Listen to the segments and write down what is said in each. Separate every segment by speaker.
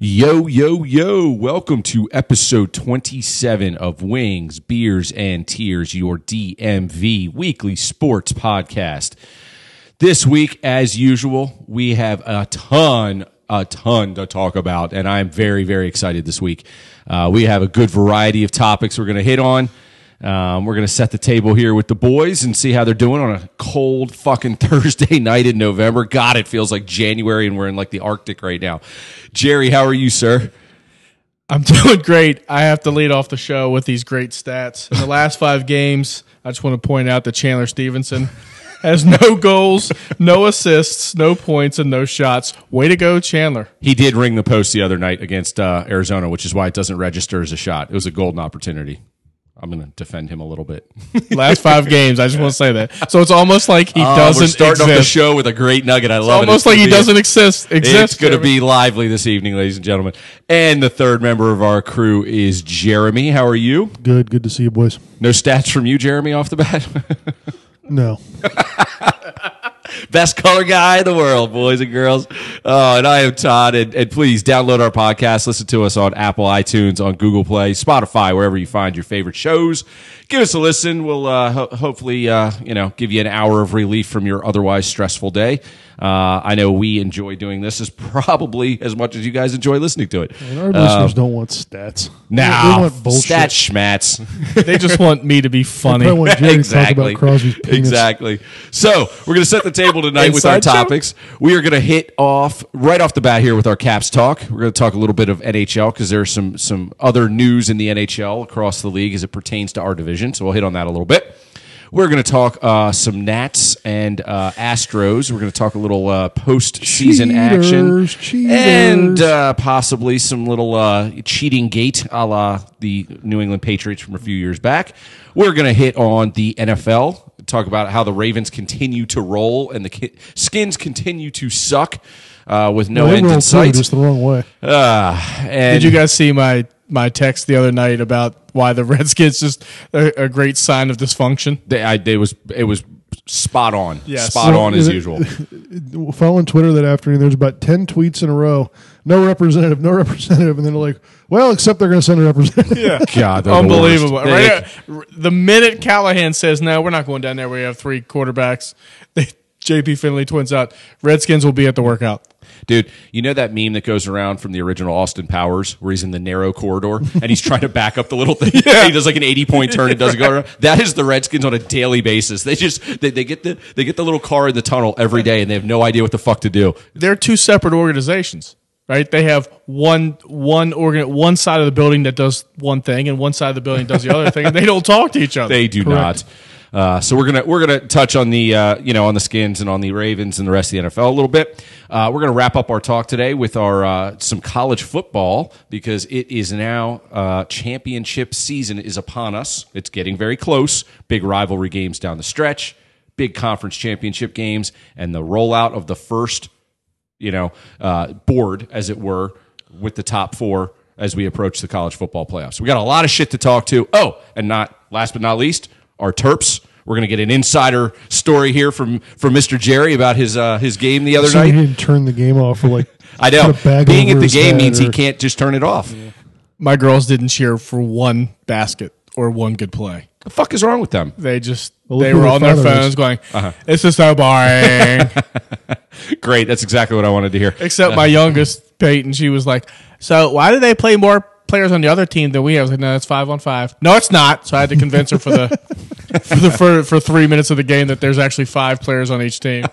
Speaker 1: Yo, yo, yo. Welcome to episode 27 of Wings, Beers, and Tears, your DMV weekly sports podcast. This week, as usual, we have a ton, a ton to talk about, and I'm very, very excited this week. Uh, we have a good variety of topics we're going to hit on. Um, we're going to set the table here with the boys and see how they're doing on a cold fucking Thursday night in November. God, it feels like January and we're in like the Arctic right now. Jerry, how are you, sir?
Speaker 2: I'm doing great. I have to lead off the show with these great stats. In the last five games, I just want to point out that Chandler Stevenson has no goals, no assists, no points, and no shots. Way to go, Chandler.
Speaker 1: He did ring the post the other night against uh, Arizona, which is why it doesn't register as a shot. It was a golden opportunity. I'm going to defend him a little bit.
Speaker 2: Last five games, I just want to say that. So it's almost like he doesn't
Speaker 1: Oh, Uh, We're starting off the
Speaker 2: exist.
Speaker 1: show with a great nugget. I love it.
Speaker 2: Almost
Speaker 1: It's gonna
Speaker 2: like he
Speaker 1: be a-
Speaker 2: doesn't exist. Exist.
Speaker 1: It's going to be lively this evening, ladies and gentlemen. And the third member of our crew is Jeremy. How are you?
Speaker 3: Good, good to see you, boys.
Speaker 1: No stats from you, Jeremy, off the bat.
Speaker 3: No,
Speaker 1: Best color guy in the world, boys and girls. Oh, and I am Todd. And, and please download our podcast. Listen to us on Apple, iTunes, on Google Play, Spotify, wherever you find your favorite shows. Give us a listen. We'll uh, ho- hopefully, uh, you know, give you an hour of relief from your otherwise stressful day. Uh, I know we enjoy doing this as probably as much as you guys enjoy listening to it.
Speaker 3: our listeners don't want stats.
Speaker 1: Now,
Speaker 3: they want bullshit.
Speaker 1: stat schmats.
Speaker 2: They just want me to be funny.
Speaker 3: Probably want Jerry to talk
Speaker 1: exactly.
Speaker 3: about Crosby's penis.
Speaker 1: Exactly. So we're going to set the table tonight with our
Speaker 2: Inside joke.
Speaker 1: topics. We are going to hit off right off the bat here with our caps talk. We're going to talk a little bit of NHL because there's some some other news in the NHL across the league as it pertains to our division. So we'll hit on that a little bit. We're going to talk uh, some Nats and uh, Astros. We're going to talk a little uh, post-season action
Speaker 3: Cheaters, cheaters.
Speaker 1: and uh, possibly some little uh, cheating gate a la the New England Patriots from a few years back. We're going to hit on the NFL, talk about how the Ravens continue to roll and the ki- skins continue to suck uh, with no
Speaker 3: They
Speaker 1: end in
Speaker 3: rolled through
Speaker 1: sight.
Speaker 3: just the wrong way.
Speaker 1: Ah, and
Speaker 2: Did you guys see my my text the other night about why the Redskins just a, a great sign of dysfunction?
Speaker 1: they, I, they was, it was spot on.
Speaker 2: Yes.
Speaker 1: Spot
Speaker 3: Well,
Speaker 1: on as
Speaker 3: it-
Speaker 1: usual.
Speaker 3: Following Twitter that afternoon, there's about ten tweets in a row. No representative, no representative, and then they're like, "Well, except they're going to send a representative." Yeah.
Speaker 1: God, they're the worst.
Speaker 2: Unbelievable.
Speaker 1: They-
Speaker 2: Right at- the minute Callahan says, no, we're not going down there. We have three quarterbacks. They, JP Finley twins out. Redskins will be at the workout.
Speaker 1: Dude, you know that meme that goes around from the original Austin Powers where he's in the narrow corridor and he's trying to back up the little thing. he does like an 80 point turn and doesn't go around. That is the Redskins on a daily basis. They just they, they get the they get the little car in the tunnel every day and they have no idea what the fuck to do.
Speaker 2: They're two separate organizations, right? They have one one organ, one side of the building that does one thing, and one side of the building does the other thing, and they don't talk to each other.
Speaker 1: They do not.
Speaker 3: Correct.
Speaker 1: Uh, so we're gonna we're gonna touch on the uh, you know on the skins and on the Ravens and the rest of the NFL a little bit. Uh, we're gonna wrap up our talk today with our uh, some college football because it is now uh, championship season is upon us. It's getting very close. Big rivalry games down the stretch. Big conference championship games and the rollout of the first you know, uh, board, as it were, with the top four as we approach the college football playoffs. We got a lot of shit to talk to. Oh, and not last but not least, our Terps. We're gonna get an insider story here from from Mr. Jerry about his uh, his game the other
Speaker 3: So he
Speaker 1: night.
Speaker 3: didn't turn the game off for like.
Speaker 1: I know
Speaker 3: put a bag
Speaker 1: being at
Speaker 3: over
Speaker 1: the
Speaker 3: his
Speaker 1: game
Speaker 3: head
Speaker 1: means he
Speaker 3: or-
Speaker 1: can't just turn it off.
Speaker 2: My girls didn't cheer for one basket or one good play.
Speaker 1: The fuck is wrong with them?
Speaker 2: They just
Speaker 3: look
Speaker 2: they
Speaker 3: who
Speaker 2: were
Speaker 3: their
Speaker 2: on their
Speaker 3: father is.
Speaker 2: phones going,
Speaker 1: Uh-huh.
Speaker 2: "This is so boring."
Speaker 1: Great, that's exactly what I wanted to hear.
Speaker 2: Except my youngest, Peyton, she was like, So why do they play more players on the other team than we have? I was like, No, it's five on five. No, it's not. So I had to convince her for the for the for, for three minutes of the game that there's actually five players on each team.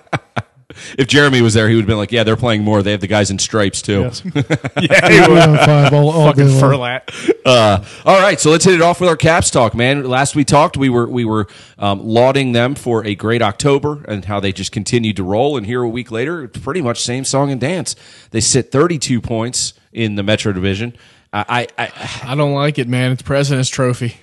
Speaker 1: If Jeremy was there, he would have been like, "Yeah, they're playing more. They have the guys in stripes too."
Speaker 3: Yes.
Speaker 2: yeah,
Speaker 3: Eight
Speaker 2: it was
Speaker 3: out of five, all, all
Speaker 2: fucking
Speaker 3: day long.
Speaker 2: furlat.
Speaker 1: Uh, all right, so let's hit it off with our Caps talk, man. Last we talked, we were we were um, lauding them for a great October and how they just continued to roll. And here a week later, it's pretty much same song and dance. They sit 32 points in the Metro Division. I, I, I
Speaker 2: I don't like it, man. It's President's Trophy.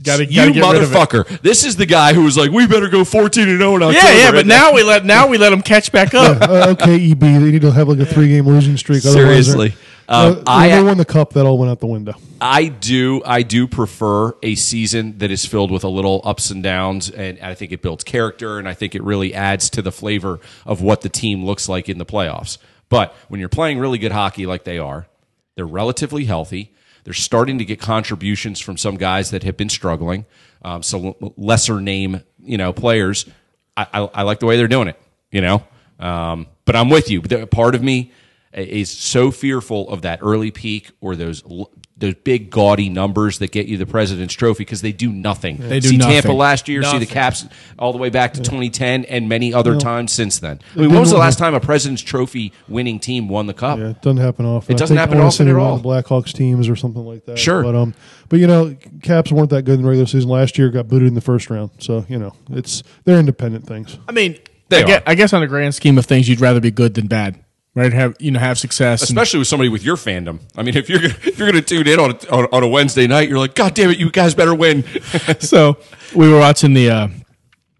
Speaker 2: Gotta,
Speaker 1: you
Speaker 2: gotta get rid of it.
Speaker 1: motherfucker! This is the guy who was like, "We better go 14 and 0 in October."
Speaker 2: Yeah, yeah, but
Speaker 1: And
Speaker 2: now we let now we let them catch back up.
Speaker 3: Uh, okay, EB, they need to have like a three-game losing streak. otherwise they're-
Speaker 1: Seriously. Um,
Speaker 3: uh,
Speaker 1: I-
Speaker 3: when they won the cup. That all went out the window.
Speaker 1: I do I do prefer a season that is filled with a little ups and downs and I think it builds character and I think it really adds to the flavor of what the team looks like in the playoffs. But when you're playing really good hockey like they are, They're relatively healthy. They're starting to get contributions from some guys that have been struggling, um, so l- lesser name you know players. I, I, I like the way they're doing it, you know. Um, but I'm with you. The- Part of me is so fearful of that early peak or those l- those big gaudy numbers that get you the President's Trophy because they do nothing.
Speaker 2: They do
Speaker 1: see Tampa
Speaker 2: nothing.
Speaker 1: last year, see the
Speaker 2: Nothing.
Speaker 1: Caps all the way back to 2010, and many other times since then. I mean,
Speaker 3: do
Speaker 1: when was the
Speaker 3: nothing.
Speaker 1: last time a President's Trophy winning team won the Cup?
Speaker 3: Yeah, it doesn't happen often.
Speaker 1: It doesn't
Speaker 3: I think
Speaker 1: happen
Speaker 3: I wanna
Speaker 1: often
Speaker 3: say
Speaker 1: at
Speaker 3: a lot
Speaker 1: all.
Speaker 3: of Blackhawks teams or something like that.
Speaker 1: Sure.
Speaker 3: but um, but you know, Caps weren't that good in the regular season last year. Got booted in the first round, so you know, it's they're independent things.
Speaker 2: I mean,
Speaker 1: They
Speaker 2: I, guess,
Speaker 1: are.
Speaker 2: I guess on the grand scheme of things, you'd rather be good than bad, right? Have you know have success? and-
Speaker 1: especially with somebody with your fandom. I mean, if you're gonna, if you're going to tune in on, on on a Wednesday night, you're like, God damn it, you guys better win.
Speaker 2: so we were watching the uh,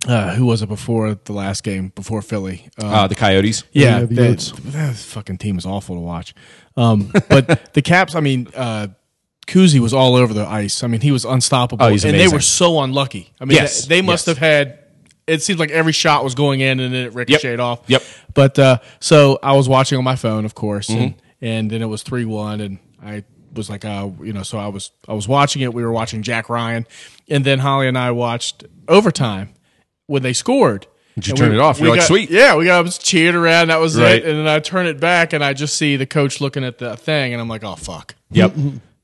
Speaker 2: uh, who was it before the last game before Philly? Uh,
Speaker 1: Uh, the Coyotes.
Speaker 2: yeah,
Speaker 3: yeah, the
Speaker 2: that,
Speaker 3: Utes.
Speaker 2: that fucking team is awful to watch. Um, but the Caps, I mean. Uh, Kuzi was all over the ice. I mean, he was unstoppable.
Speaker 1: Oh, he's
Speaker 2: and they
Speaker 1: amazing.
Speaker 2: were so unlucky. I mean,
Speaker 1: Yes,
Speaker 2: they, they must
Speaker 1: yes.
Speaker 2: have had. It seemed like every shot was going in, and then it ricocheted off.
Speaker 1: yep.
Speaker 2: But uh, so I was watching on my phone, of course, and,
Speaker 1: Mm-hmm.
Speaker 2: and then it was three one, and I was like, uh, you know, so I was I was watching it. We were watching Jack Ryan, and then Holly and I watched overtime when they scored. Did
Speaker 1: you turn it off? You're like, "Sweet."
Speaker 2: yeah, we got I was cheered around. That was
Speaker 1: Right.
Speaker 2: it. And then I turn it back, and I just see the coach looking at the thing, and I'm like, oh fuck.
Speaker 1: Yep.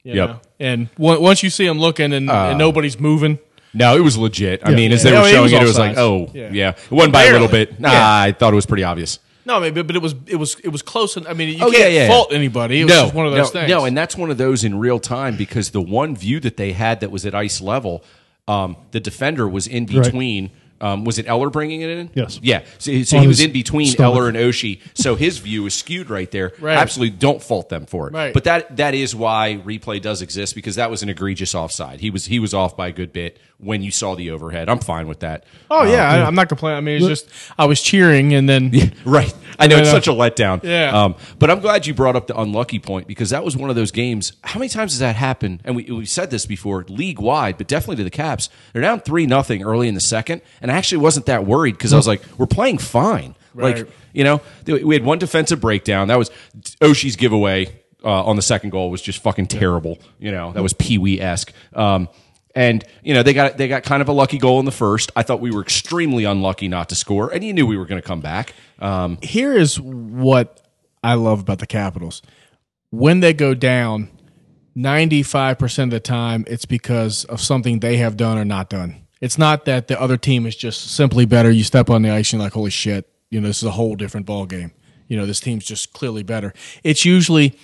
Speaker 2: You
Speaker 1: yep. Uh.
Speaker 2: know? And on- once you see him looking, and, and nobody's moving.
Speaker 1: No, it was legit. I mean, as they
Speaker 2: Yeah.
Speaker 1: were
Speaker 2: No, it
Speaker 1: showing
Speaker 2: was
Speaker 1: it, it was
Speaker 2: offsides.
Speaker 1: like, oh,
Speaker 2: Yeah.
Speaker 1: yeah, it won by a little
Speaker 2: Barely.
Speaker 1: bit. Nah,
Speaker 2: Yeah.
Speaker 1: I thought it was pretty obvious.
Speaker 2: No, I mean, but, but it was it was it was close, and I mean, you
Speaker 1: Oh,
Speaker 2: can't
Speaker 1: yeah, yeah, yeah.
Speaker 2: fault anybody. It was just one of those
Speaker 1: no,
Speaker 2: things.
Speaker 1: No, and that's one of those in real time because the one view that they had that was at ice level, um, the defender was in between. Um, was it Eller bringing it in?
Speaker 3: Yes.
Speaker 1: Yeah. So, so
Speaker 3: On
Speaker 1: he was
Speaker 3: his
Speaker 1: in between
Speaker 3: stomach.
Speaker 1: Eller and Oshie, so his view is skewed right there.
Speaker 2: Right.
Speaker 1: Absolutely, don't fault them for it.
Speaker 2: Right.
Speaker 1: But that that is why replay does exist because that was an egregious offside. He was he was off by a good bit when you saw the overhead. I'm fine with that.
Speaker 2: Oh yeah, I, I'm not complaining. I mean, it's just I was cheering, and then
Speaker 1: Right. I know it's
Speaker 2: know.
Speaker 1: such a letdown.
Speaker 2: Yeah.
Speaker 1: Um, but I'm glad you brought up the unlucky point because that was one of those games. How many times does that happen? And we, we've said this before, league wide, but definitely to the Caps. They're down 3 nothing early in the second. And I actually wasn't that worried because I was like, we're playing fine.
Speaker 2: Right.
Speaker 1: Like, you know, th- we had one defensive breakdown. That was Oshie's giveaway uh, on the second goal was just fucking terrible. You know, that was Pee Wee esque. Um, and you know they got they got kind of a lucky goal in the first. I thought we were extremely unlucky not to score, and you knew we were going to come back. Um,
Speaker 2: here is what I love about the Capitals. When they go down, 95% of the time, it's because of something they have done or not done. It's not that the other team is just simply better. You step on the ice and you're like, holy shit, you know, this is a whole different ball game. You know, this team's just clearly better. It's usually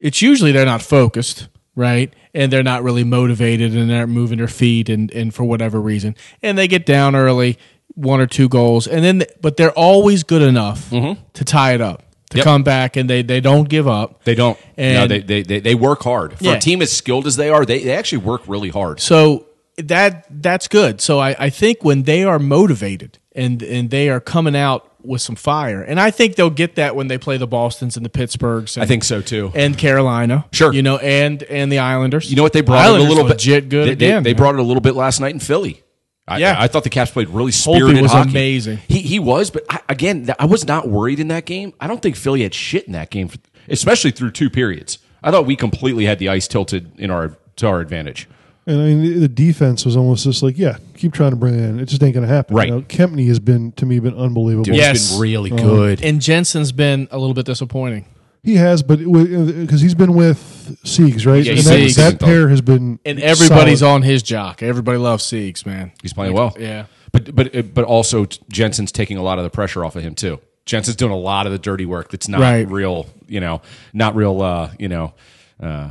Speaker 2: it's usually they're not focused, right? And they're not really motivated and they're not moving their feet and, and for whatever reason. And they get down early, one or two goals, and then but they're always good enough to tie it up, to
Speaker 1: Yep.
Speaker 2: come back and they, they don't give up.
Speaker 1: They don't. no,
Speaker 2: And-
Speaker 1: they, they, they, they work hard. For
Speaker 2: Yeah.
Speaker 1: a team as skilled as they are, they, they actually work really hard.
Speaker 2: So that that's good. So I, I think when they are motivated and and they are coming out with some fire, and I think they'll get that when they play the Boston's and the Pittsburghs. And,
Speaker 1: I think so too.
Speaker 2: And Carolina,
Speaker 1: Sure.
Speaker 2: you know, and and the Islanders.
Speaker 1: You know what they brought it a
Speaker 2: Islanders
Speaker 1: little bit
Speaker 2: legit good
Speaker 1: They, they-
Speaker 2: again.
Speaker 1: they brought it a little bit last night in Philly. I,
Speaker 2: Yeah.
Speaker 1: I thought the Caps played really spirited
Speaker 2: was
Speaker 1: hockey.
Speaker 2: amazing.
Speaker 1: He he was, but I, again, th- I was not worried in that game. I don't think Philly had shit in that game, for, especially through two periods. I thought we completely had the ice tilted in our to our advantage.
Speaker 3: And I mean, the defense was almost just like, yeah, keep trying to bring it in. It just ain't going to happen.
Speaker 1: Right.
Speaker 3: You know, Kempney has been to me been unbelievable.
Speaker 1: Dude,
Speaker 2: Yes. Uh-huh.
Speaker 1: he's been really good.
Speaker 2: and Jensen's been a little bit disappointing.
Speaker 3: He has, but because he's been with Siegs, right?
Speaker 1: Yeah,
Speaker 3: and
Speaker 1: he's
Speaker 3: that,
Speaker 1: Siegs.
Speaker 3: that pair has been
Speaker 2: And everybody's
Speaker 3: solid.
Speaker 2: on his jock. Everybody loves Siegs, man.
Speaker 1: He's playing well.
Speaker 2: Yeah.
Speaker 1: But but but also Jensen's taking a lot of the pressure off of him too. Jensen's doing a lot of the dirty work that's not
Speaker 2: Right.
Speaker 1: real, you know, not real uh, you know, uh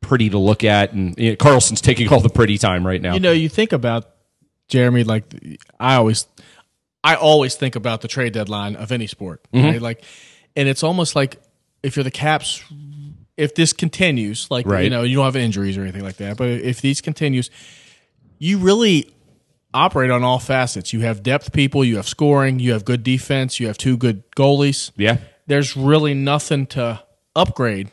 Speaker 1: pretty to look at and you know, Carlson's taking all the pretty time right now.
Speaker 2: You know, you think about Jeremy like I always I always think about the trade deadline of any sport. Right? Like and it's almost like if you're the Caps if this continues, like you
Speaker 1: Right.
Speaker 2: know, you don't have injuries or anything like that, but if these continues, you really operate on all facets. You have depth people, you have scoring, you have good defense, you have two good goalies.
Speaker 1: yeah.
Speaker 2: there's really nothing to upgrade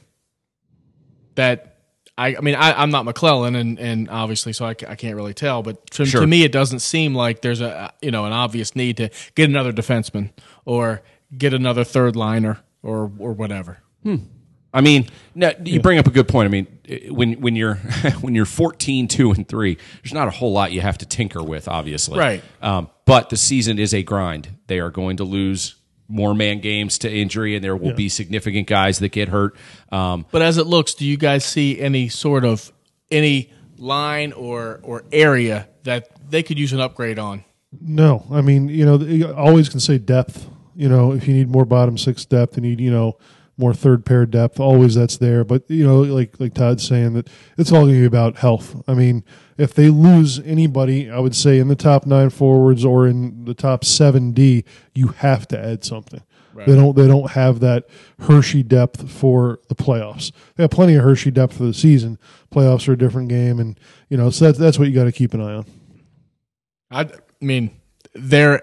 Speaker 2: that I, I mean, I, I'm not McClellan, and, and obviously, so I, ca- I can't really tell. But to,
Speaker 1: Sure.
Speaker 2: to me, it doesn't seem like there's a you know an obvious need to get another defenseman or get another third liner or or whatever.
Speaker 1: I mean, no, you bring up a good point. I mean, eh, when when you're when you're 14, 2 and 3, there's not a whole lot you have to tinker with, obviously.
Speaker 2: Right.
Speaker 1: Um, but the season is a grind. They are going to lose more man games to injury, and there will be significant guys that get hurt. Um,
Speaker 2: But as it looks, do you guys see any sort of any line or or area that they could use an upgrade on?
Speaker 3: No, I mean, you know, you always can say depth. You know, if you need more bottom six depth, you need you know more third pair depth. Always that's there. But you know, like like Todd's saying that it's all going to be about health. I mean, if they lose anybody, I would say in the top nine forwards or in the top seven D, you have to add something. They don't they don't have that Hershey depth for the playoffs. They have plenty of Hershey depth for the season. Playoffs are a different game, and you know, so that's that's what you got to keep an eye on.
Speaker 2: I mean, they're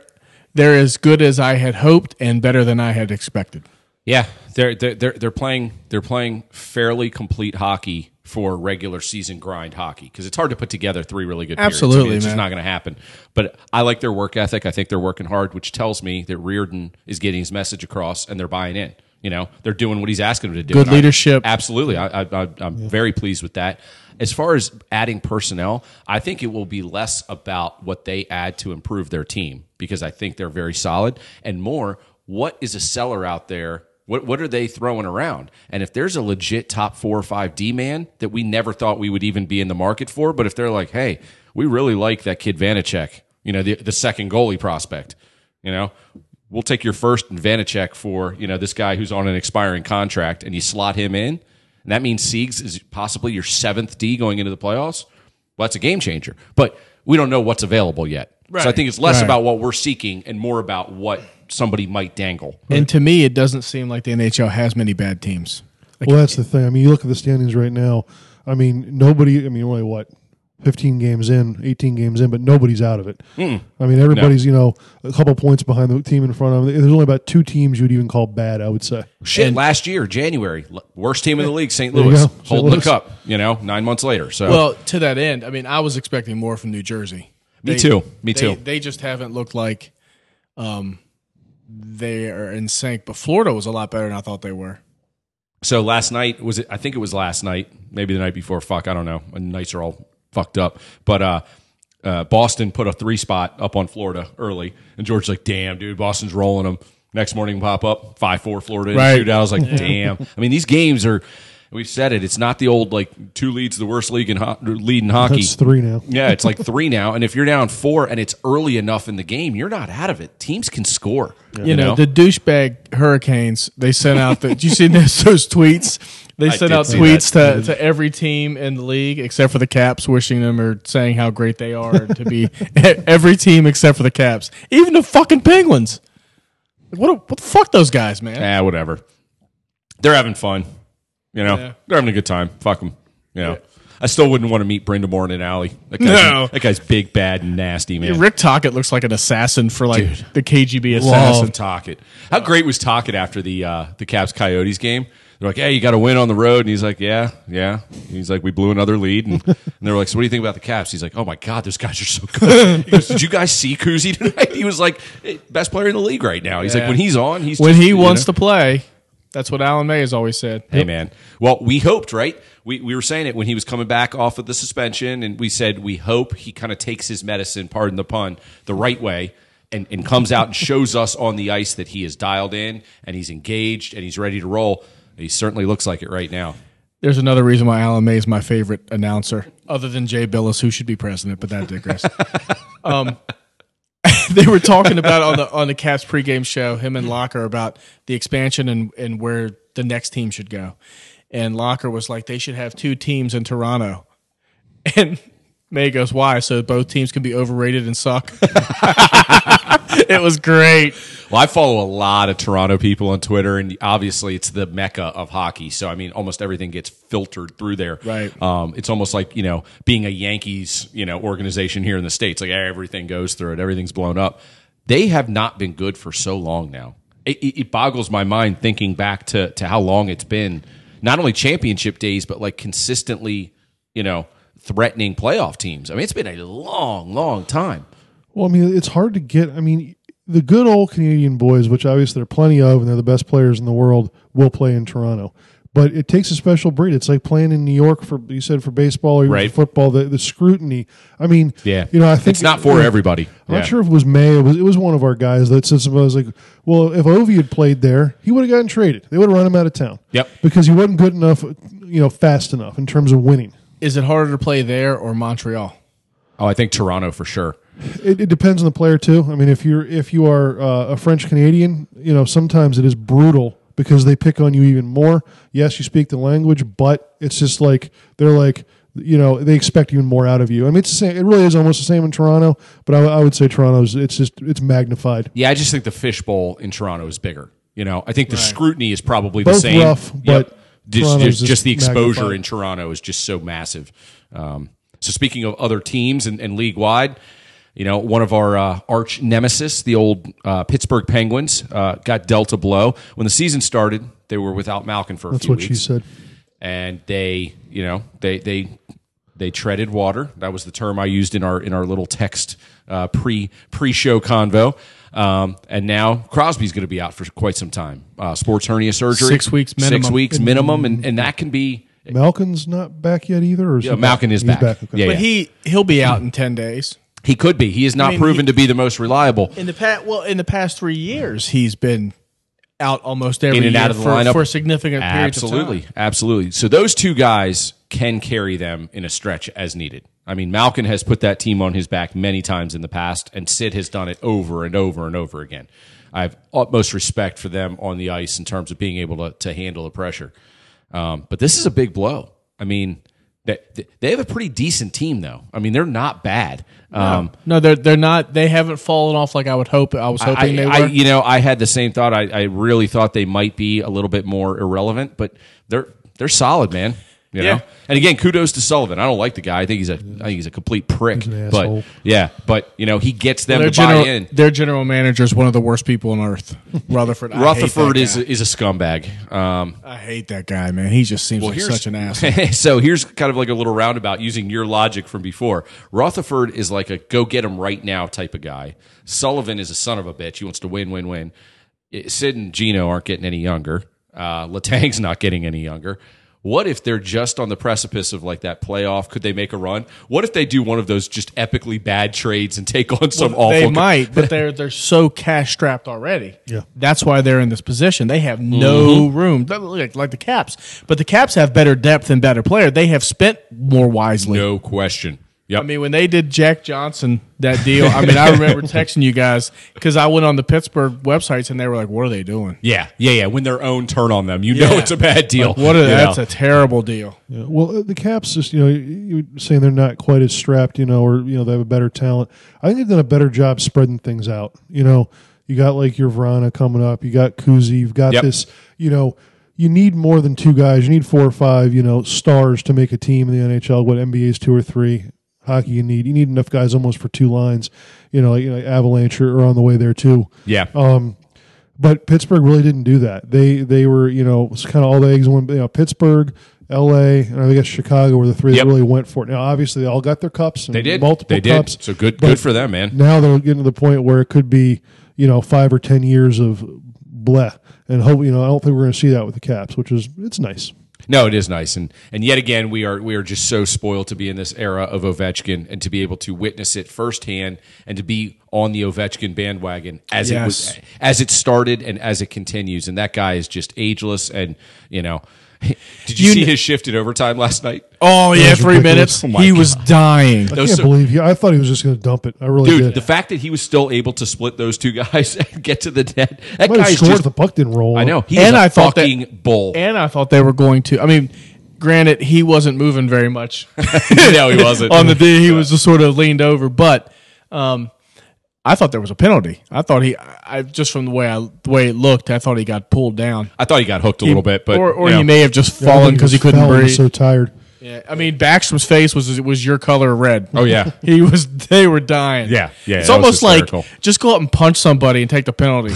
Speaker 2: they're as good as I had hoped and better than I had expected.
Speaker 1: Yeah, they're they're they're, they're playing they're playing fairly complete hockey for regular season grind hockey because it's hard to put together three really good. periods. I mean,
Speaker 2: Absolutely,
Speaker 1: it's just
Speaker 2: man.
Speaker 1: not going to happen. But I like their work ethic. I think they're working hard, which tells me that Reardon is getting his message across and they're buying in. You know, they're doing what he's asking them to do.
Speaker 2: Good
Speaker 1: And I-
Speaker 2: leadership.
Speaker 1: absolutely, I, I, I, I'm very pleased with that. As far as adding personnel, I think it will be less about what they add to improve their team because I think they're very solid, and more what is a seller out there. What, what are they throwing around? And if there's a legit top four or five D man that we never thought we would even be in the market for, but if they're like, hey, we really like that kid Vanacek, you know, the, the second goalie prospect, you know, we'll take your first and Vanacek for you know this guy who's on an expiring contract, and you slot him in, and that means Siegs is possibly your seventh D going into the playoffs. Well, that's a game changer, but we don't know what's available yet. So I
Speaker 2: Right.
Speaker 1: think it's less
Speaker 2: Right.
Speaker 1: about what we're seeking and more about what somebody might dangle.
Speaker 2: And to me, it doesn't seem like the NHL has many bad teams.
Speaker 3: Well, that's the thing. I mean, you look at the standings right now. I mean, nobody. I mean, only what, fifteen games in, eighteen games in, but nobody's out of it.
Speaker 1: Hmm.
Speaker 3: I mean, everybody's you know a couple points behind the team in front of them. There's only about two teams you would even call bad. I would say.
Speaker 1: Shit, last year January, l- worst team in the league, St.
Speaker 3: you
Speaker 1: Louis,
Speaker 3: go. St.
Speaker 1: holding
Speaker 3: Louis.
Speaker 1: the cup. You know, nine months later. So
Speaker 2: Well, to that end, I mean, I was expecting more from New Jersey.
Speaker 1: Me
Speaker 2: They-
Speaker 1: too. Me
Speaker 2: they-
Speaker 1: too.
Speaker 2: They just haven't looked like um, they are in sync. But Florida was a lot better than I thought they were.
Speaker 1: So last night was it? I think it was last night, maybe the night before. Fuck, I don't know. My nights are all fucked up. But uh, uh, Boston put a three spot up on Florida early, and George's like, "Damn, dude, Boston's rolling them." Next morning, pop up five four Florida in
Speaker 2: Right.
Speaker 1: the shootout. I was like, "Damn." I mean, these games are. We've said it. It's not the old like two leads, the worst league in ho- lead in hockey.
Speaker 3: That's three now.
Speaker 1: Yeah, it's like three now, and if you're down four and it's early enough in the game, you're not out of it. Teams can score.
Speaker 2: you know, the douchebag hurricanes they sent out the did you see those, those tweets they sent
Speaker 1: did
Speaker 2: out
Speaker 1: see
Speaker 2: tweets to, to every team in the league except for the caps wishing them or saying how great they are to be e, every team except for the caps even the fucking penguins Like, what, a- what the fuck those guys man
Speaker 1: ah, whatever. They're having fun. You know,
Speaker 2: Yeah.
Speaker 1: they're having a good time. Fuck them. You know, I still wouldn't want to meet Brenda Moore in an alley. That guy's,
Speaker 2: No.
Speaker 1: that guy's big, bad, and nasty, man.
Speaker 2: Rick Tockett looks like an assassin for like
Speaker 1: Dude.
Speaker 2: the KGB assassin.
Speaker 1: Love Tockett. How great was Tockett after the uh, the Caps Coyotes game? They're like, "Hey, you got to win on the road," and he's like, "Yeah, yeah." He's like, "We blew another lead," and, and they were like, "So what do you think about the Caps?" He's like, "Oh my God, those guys are so good." He goes, "Did you guys see Kuzi tonight?" He was like, "Eh, "Best player in the league right now." He's like,
Speaker 2: Yeah.
Speaker 1: "When he's on, he's
Speaker 2: When
Speaker 1: just,
Speaker 2: he
Speaker 1: you
Speaker 2: wants
Speaker 1: know."
Speaker 2: to play, that's what Alan May has always said.
Speaker 1: Hey, man. Well, we hoped, right? We, we were saying it when he was coming back off of the suspension, and we said we hope he kind of takes his medicine, pardon the pun, the right way and, and comes out and shows us on the ice that he is dialed in and he's engaged and he's ready to roll. He certainly looks like it right now.
Speaker 2: There's another reason why Alan May is my favorite announcer, other than Jay Billis, who should be president, but that digress. um, they were talking about on the on the Caps pregame show, him and Locker about the expansion and and where the next team should go. And Locker was like, they should have two teams in Toronto. And May goes, why? So both teams can be overrated and suck. it was great.
Speaker 1: Well, I follow a lot of Toronto people on Twitter, and obviously it's the mecca of hockey. So, I mean, almost everything gets filtered through there.
Speaker 2: Right.
Speaker 1: Um, it's almost like you know being a Yankees you know organization here in the states. Like everything goes through it, everything's blown up. They have not been good for so long now. It, it, it boggles my mind thinking back to to how long it's been. Not only championship days, but like consistently, you know, threatening playoff teams. I mean, it's been a long, long time.
Speaker 3: Well, I mean, it's hard to get. I mean, the good old Canadian boys, which obviously there are plenty of, and they're the best players in the world, will play in Toronto. But it takes a special breed. It's like playing in New York for you said for baseball or even
Speaker 1: Right.
Speaker 3: for football. The, the scrutiny. I mean,
Speaker 1: Yeah.
Speaker 3: you know, I think
Speaker 1: It's not for everybody.
Speaker 3: I'm
Speaker 1: Yeah.
Speaker 3: not sure if it was May. It was it was one of our guys that said something. I was like, well, if Ovi had played there, he would have gotten traded. They would have run him out of town.
Speaker 1: Yep.
Speaker 3: because he wasn't good enough, you know, fast enough in terms of winning.
Speaker 2: Is it harder to play there or Montreal?
Speaker 1: Oh, I think Toronto for sure.
Speaker 3: It, it depends on the player too. I mean, if you're if you are uh, a French Canadian, you know sometimes it is brutal because they pick on you even more. Yes, you speak the language, but it's just like they're like you know they expect even more out of you. I mean, it's the same. It really is almost the same in Toronto, but I, I would say Toronto's it's just it's magnified.
Speaker 1: Yeah, I just think the fishbowl in Toronto is bigger. You know, I think the scrutiny is probably the
Speaker 3: Both
Speaker 1: same.
Speaker 3: rough,
Speaker 1: Yep.
Speaker 3: but
Speaker 1: just,
Speaker 3: Toronto's
Speaker 1: just,
Speaker 3: just
Speaker 1: just the exposure
Speaker 3: magnified.
Speaker 1: in Toronto is just so massive. Um, so speaking of other teams and, and league wide, you know, one of our uh, arch nemesis, the old uh, Pittsburgh Penguins, uh, got dealt a blow when the season started. They were without Malkin for a
Speaker 3: That's
Speaker 1: few
Speaker 3: what
Speaker 1: weeks
Speaker 3: she said.
Speaker 1: and they you know they they they treaded water that was the term i used in our in our little text uh, pre pre show convo um, and now crosby's going to be out for quite some time uh, sports hernia surgery
Speaker 2: Six weeks
Speaker 1: six
Speaker 2: minimum.
Speaker 1: weeks minimum and, and that can be
Speaker 3: Malkin's not back yet either. Or is
Speaker 1: yeah,
Speaker 3: he
Speaker 1: malkin is
Speaker 3: He's
Speaker 1: back,
Speaker 3: okay.
Speaker 1: yeah,
Speaker 2: But
Speaker 1: yeah. He,
Speaker 2: he he'll be out in ten days.
Speaker 1: could be he is not
Speaker 2: mean,
Speaker 1: proven to
Speaker 2: he-
Speaker 1: be the most reliable
Speaker 2: In the past, well, in the past three years, he's been out almost every
Speaker 1: In and
Speaker 2: year
Speaker 1: out of the
Speaker 2: for,
Speaker 1: lineup.
Speaker 2: for significant periods
Speaker 1: absolutely
Speaker 2: of time.
Speaker 1: absolutely so those two guys can carry them in a stretch as needed i mean malkin has put that team on his back many times in the past and sid has done it over and over and over again i have utmost respect for them on the ice in terms of being able to, to handle the pressure um, but this is a big blow i mean they, they have a pretty decent team though i mean they're not bad um,
Speaker 2: No, they're they're not. They haven't fallen off like I would hope. I was hoping
Speaker 1: I,
Speaker 2: they were.
Speaker 1: I, you know, I had the same thought. I, I really thought they might be a little bit more irrelevant, but they're they're solid, man. You
Speaker 2: Yeah.
Speaker 1: know, and again, kudos to Sullivan. I don't like the guy. I think he's a I think he's a complete prick.
Speaker 3: an
Speaker 1: but
Speaker 3: asshole.
Speaker 1: yeah, but you know, he gets them
Speaker 2: their
Speaker 1: to buy
Speaker 2: general
Speaker 1: in.
Speaker 2: their general manager is one of the worst people on earth. Rutherford. I hate
Speaker 1: Rutherford
Speaker 2: that
Speaker 1: is
Speaker 2: guy.
Speaker 1: is a scumbag. Um,
Speaker 2: I hate that guy, man. He just seems like
Speaker 1: here's-
Speaker 2: such an asshole.
Speaker 1: so here's kind of like a little roundabout using your logic from before. Rutherford is like a go get him right now type of guy. Sullivan is a son of a bitch. He wants to win, win, win. It- Sid and Gino aren't getting any younger. Uh, Latang's not getting any younger. What if they're just on the precipice of like that playoff? Could they make a run? What if they do one of those just epically bad trades and take on some awful?
Speaker 2: They might, but they're they're so cash strapped already.
Speaker 3: Yeah.
Speaker 2: that's why they're in this position. They have
Speaker 1: Mm-hmm.
Speaker 2: no room, like, like the Caps. But the Caps have better depth and better player. They have spent more wisely.
Speaker 1: No question. Yep.
Speaker 2: I mean, when they did Jack Johnson that deal, I mean, I remember texting you guys because I went on the Pittsburgh websites and they were like, "What are they doing?
Speaker 1: yeah, yeah, yeah. When their own turn on them, you know
Speaker 2: Yeah.
Speaker 1: it's a bad deal.
Speaker 2: What? Are,
Speaker 1: you
Speaker 2: that's
Speaker 1: know?
Speaker 2: a terrible deal."
Speaker 3: Yeah. Well, uh, the Caps just you know you were saying they're not quite as strapped, you know, or you know they have a better talent. I think they've done a better job spreading things out. You know, you got like your Verana coming up, you got Kuzi, you've got
Speaker 1: Yep.
Speaker 3: this. You know, you need more than two guys. You need four or five, you know, stars to make a team in the NHL. What NBA is two or three. Hockey, you need you need enough guys almost for two lines. You know, like, you know, Avalanche are are on the way there too.
Speaker 1: yeah.
Speaker 2: Oh,
Speaker 3: But Pittsburgh really didn't do that. They they were you know kind of all the eggs in one. You know Pittsburgh, L.A. and I guess Chicago were the three
Speaker 1: Yep.
Speaker 3: that really went for it. Now obviously they all got their cups. And
Speaker 1: they did.
Speaker 3: multiple
Speaker 1: they did.
Speaker 3: cups.
Speaker 1: So good.
Speaker 3: but
Speaker 1: Good for them, man.
Speaker 3: Now they're getting to the point where it could be you know five or ten years of bleh, and hope you know I don't think we're going to see that with the Caps, which is it's nice.
Speaker 1: No, it is nice, and and yet again, we are we are just so spoiled to be in this era of Ovechkin and to be able to witness it firsthand and to be on the Ovechkin bandwagon as it was
Speaker 2: Yes.
Speaker 1: as it started and as it continues. And that guy is just ageless, and you know, did you,
Speaker 2: You
Speaker 1: see
Speaker 2: kn-
Speaker 1: his shift in overtime last night?
Speaker 2: Oh yeah,
Speaker 3: was
Speaker 2: three
Speaker 3: ridiculous.
Speaker 2: minutes. he was dying.
Speaker 3: I can't
Speaker 1: are-
Speaker 3: believe he. I thought he was just going to dump it. I really
Speaker 1: Dude,
Speaker 3: did.
Speaker 1: the fact that he was still able to split those two guys and get to the net, that
Speaker 3: Might
Speaker 1: guy
Speaker 3: have
Speaker 1: is
Speaker 3: scored if
Speaker 1: just.
Speaker 3: the puck didn't roll.
Speaker 1: I know. He
Speaker 2: And
Speaker 1: is a
Speaker 2: I thought that-
Speaker 1: fucking bull.
Speaker 2: And I thought they were going to. I mean, granted, he wasn't moving very much
Speaker 1: no, he wasn't
Speaker 2: on the D. He was just sort of leaned over, but um, I thought there was a penalty. I thought he, I I- just from the way I the way it looked, I thought he got pulled down
Speaker 1: I thought he got hooked a little bit, but
Speaker 2: or, or
Speaker 1: you know.
Speaker 2: he may have just
Speaker 3: I
Speaker 2: fallen
Speaker 3: think
Speaker 2: because he
Speaker 3: just fell
Speaker 2: couldn't
Speaker 3: and
Speaker 2: breathe.
Speaker 3: was So tired.
Speaker 2: yeah. I mean, Backstrom's face was was your color red.
Speaker 1: Oh, yeah.
Speaker 2: he was. They were dying.
Speaker 1: Yeah, yeah,
Speaker 2: It's
Speaker 1: that was
Speaker 2: almost like
Speaker 1: hysterical.
Speaker 2: just go up and punch somebody and take the penalty.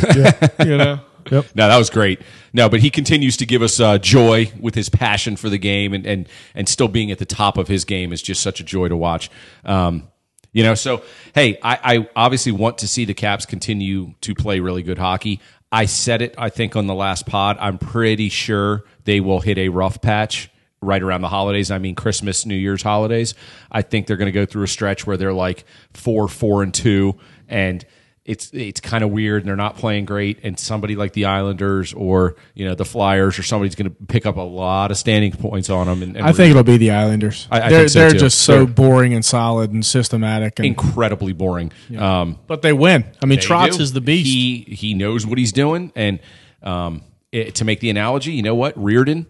Speaker 2: you know.
Speaker 3: Yep.
Speaker 1: No, that was great. No, but he continues to give us uh, joy with his passion for the game, and and and still being at the top of his game is just such a joy to watch. Um, you know, so hey, I, I obviously want to see the Caps continue to play really good hockey. I said it, I think, on the last pod. I'm pretty sure they will hit a rough patch right around the holidays. I mean, Christmas, New Year's holidays. I think they're going to go through a stretch where they're like four, four, and two, and it's it's kind of weird. and They're not playing great, and somebody like the Islanders or you know the Flyers or somebody's going to pick up a lot of standing points on them. And, and
Speaker 2: I think it'll be the Islanders.
Speaker 1: I- I
Speaker 2: they're
Speaker 1: think so,
Speaker 2: they're
Speaker 1: too.
Speaker 2: just so
Speaker 1: They're-
Speaker 2: boring and solid and systematic, and,
Speaker 1: incredibly boring. Um,
Speaker 2: but they win. I mean,
Speaker 1: They
Speaker 2: Trotz
Speaker 1: do.
Speaker 2: is the beast.
Speaker 1: He he knows what he's doing, and um, it- to make the analogy, you know what Reardon,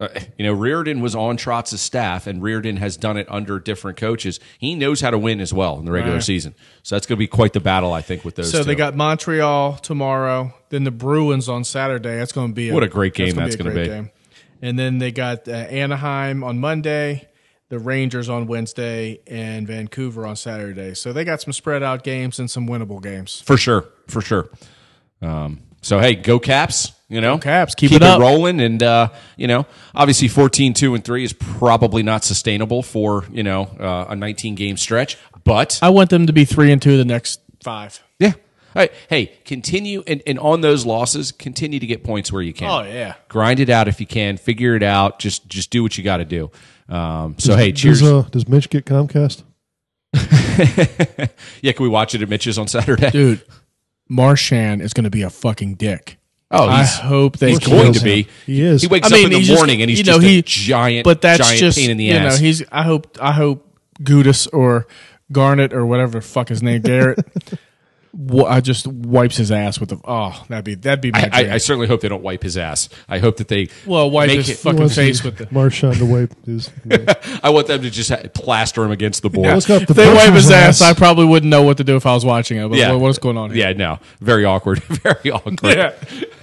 Speaker 1: uh, you know Reardon was on Trotz's staff, and Reardon has done it under different coaches. He knows how to win as well in the regular season, so that's going to be quite the battle, I think, with those.
Speaker 2: so they
Speaker 1: two.
Speaker 2: got Montreal tomorrow, then the Bruins on Saturday. That's going to be
Speaker 1: What a great game that's
Speaker 2: gonna
Speaker 1: gonna
Speaker 2: a
Speaker 1: be.
Speaker 2: great Game. And then they got uh, Anaheim on Monday, the Rangers on Wednesday, and Vancouver on Saturday. So they got some spread out games and some winnable games.
Speaker 1: for sure, for sure. Um, so hey, go Caps! You know,
Speaker 2: Caps, keep it up.
Speaker 1: rolling, and uh, you know, obviously 14, 2, and three is probably not sustainable for you know uh, a nineteen game stretch, but
Speaker 2: I want them to be three and two the next five.
Speaker 1: Yeah. All right. Hey, continue and, and on those losses, continue to get points where you can.
Speaker 2: Oh, yeah.
Speaker 1: Grind it out if you can. Figure it out. Just just do what you got to do. Um, so hey, cheers.
Speaker 3: Does, uh, does Mitch get Comcast?
Speaker 1: yeah, can we watch it at Mitch's on Saturday?
Speaker 2: Dude, Marshan is going to be a fucking dick.
Speaker 1: oh,
Speaker 2: I
Speaker 1: he's,
Speaker 2: hope they
Speaker 1: he's
Speaker 2: kill
Speaker 1: going to
Speaker 2: him.
Speaker 1: be.
Speaker 3: He is.
Speaker 1: He wakes
Speaker 2: I mean,
Speaker 1: up in
Speaker 2: he's
Speaker 1: the
Speaker 2: just-
Speaker 1: morning and he's
Speaker 2: you know,
Speaker 1: just a
Speaker 2: he-
Speaker 1: giant,
Speaker 2: but that's
Speaker 1: giant
Speaker 2: just
Speaker 1: pain in the
Speaker 2: you
Speaker 1: ass.
Speaker 2: know he's i hope i hope gudis or garnet or whatever the fuck his name garrett wa- i just wipes his ass with the oh that'd be that'd be my
Speaker 1: I,
Speaker 2: dream.
Speaker 1: I, I certainly hope they don't wipe his ass. I hope that they
Speaker 2: well wipe
Speaker 1: make
Speaker 2: his
Speaker 1: it-
Speaker 2: fucking
Speaker 3: Wants
Speaker 2: face
Speaker 3: to-
Speaker 2: with the
Speaker 3: Marshawn to wipe his.
Speaker 1: I want them to just ha- plaster him against the board.
Speaker 3: Look up the
Speaker 2: if they wipe
Speaker 3: pitcher's
Speaker 2: his ass i probably wouldn't know what to do if i was watching it but
Speaker 1: Yeah.
Speaker 2: what, what's going on here
Speaker 1: Yeah, no, very awkward, very awkward.
Speaker 2: Yeah.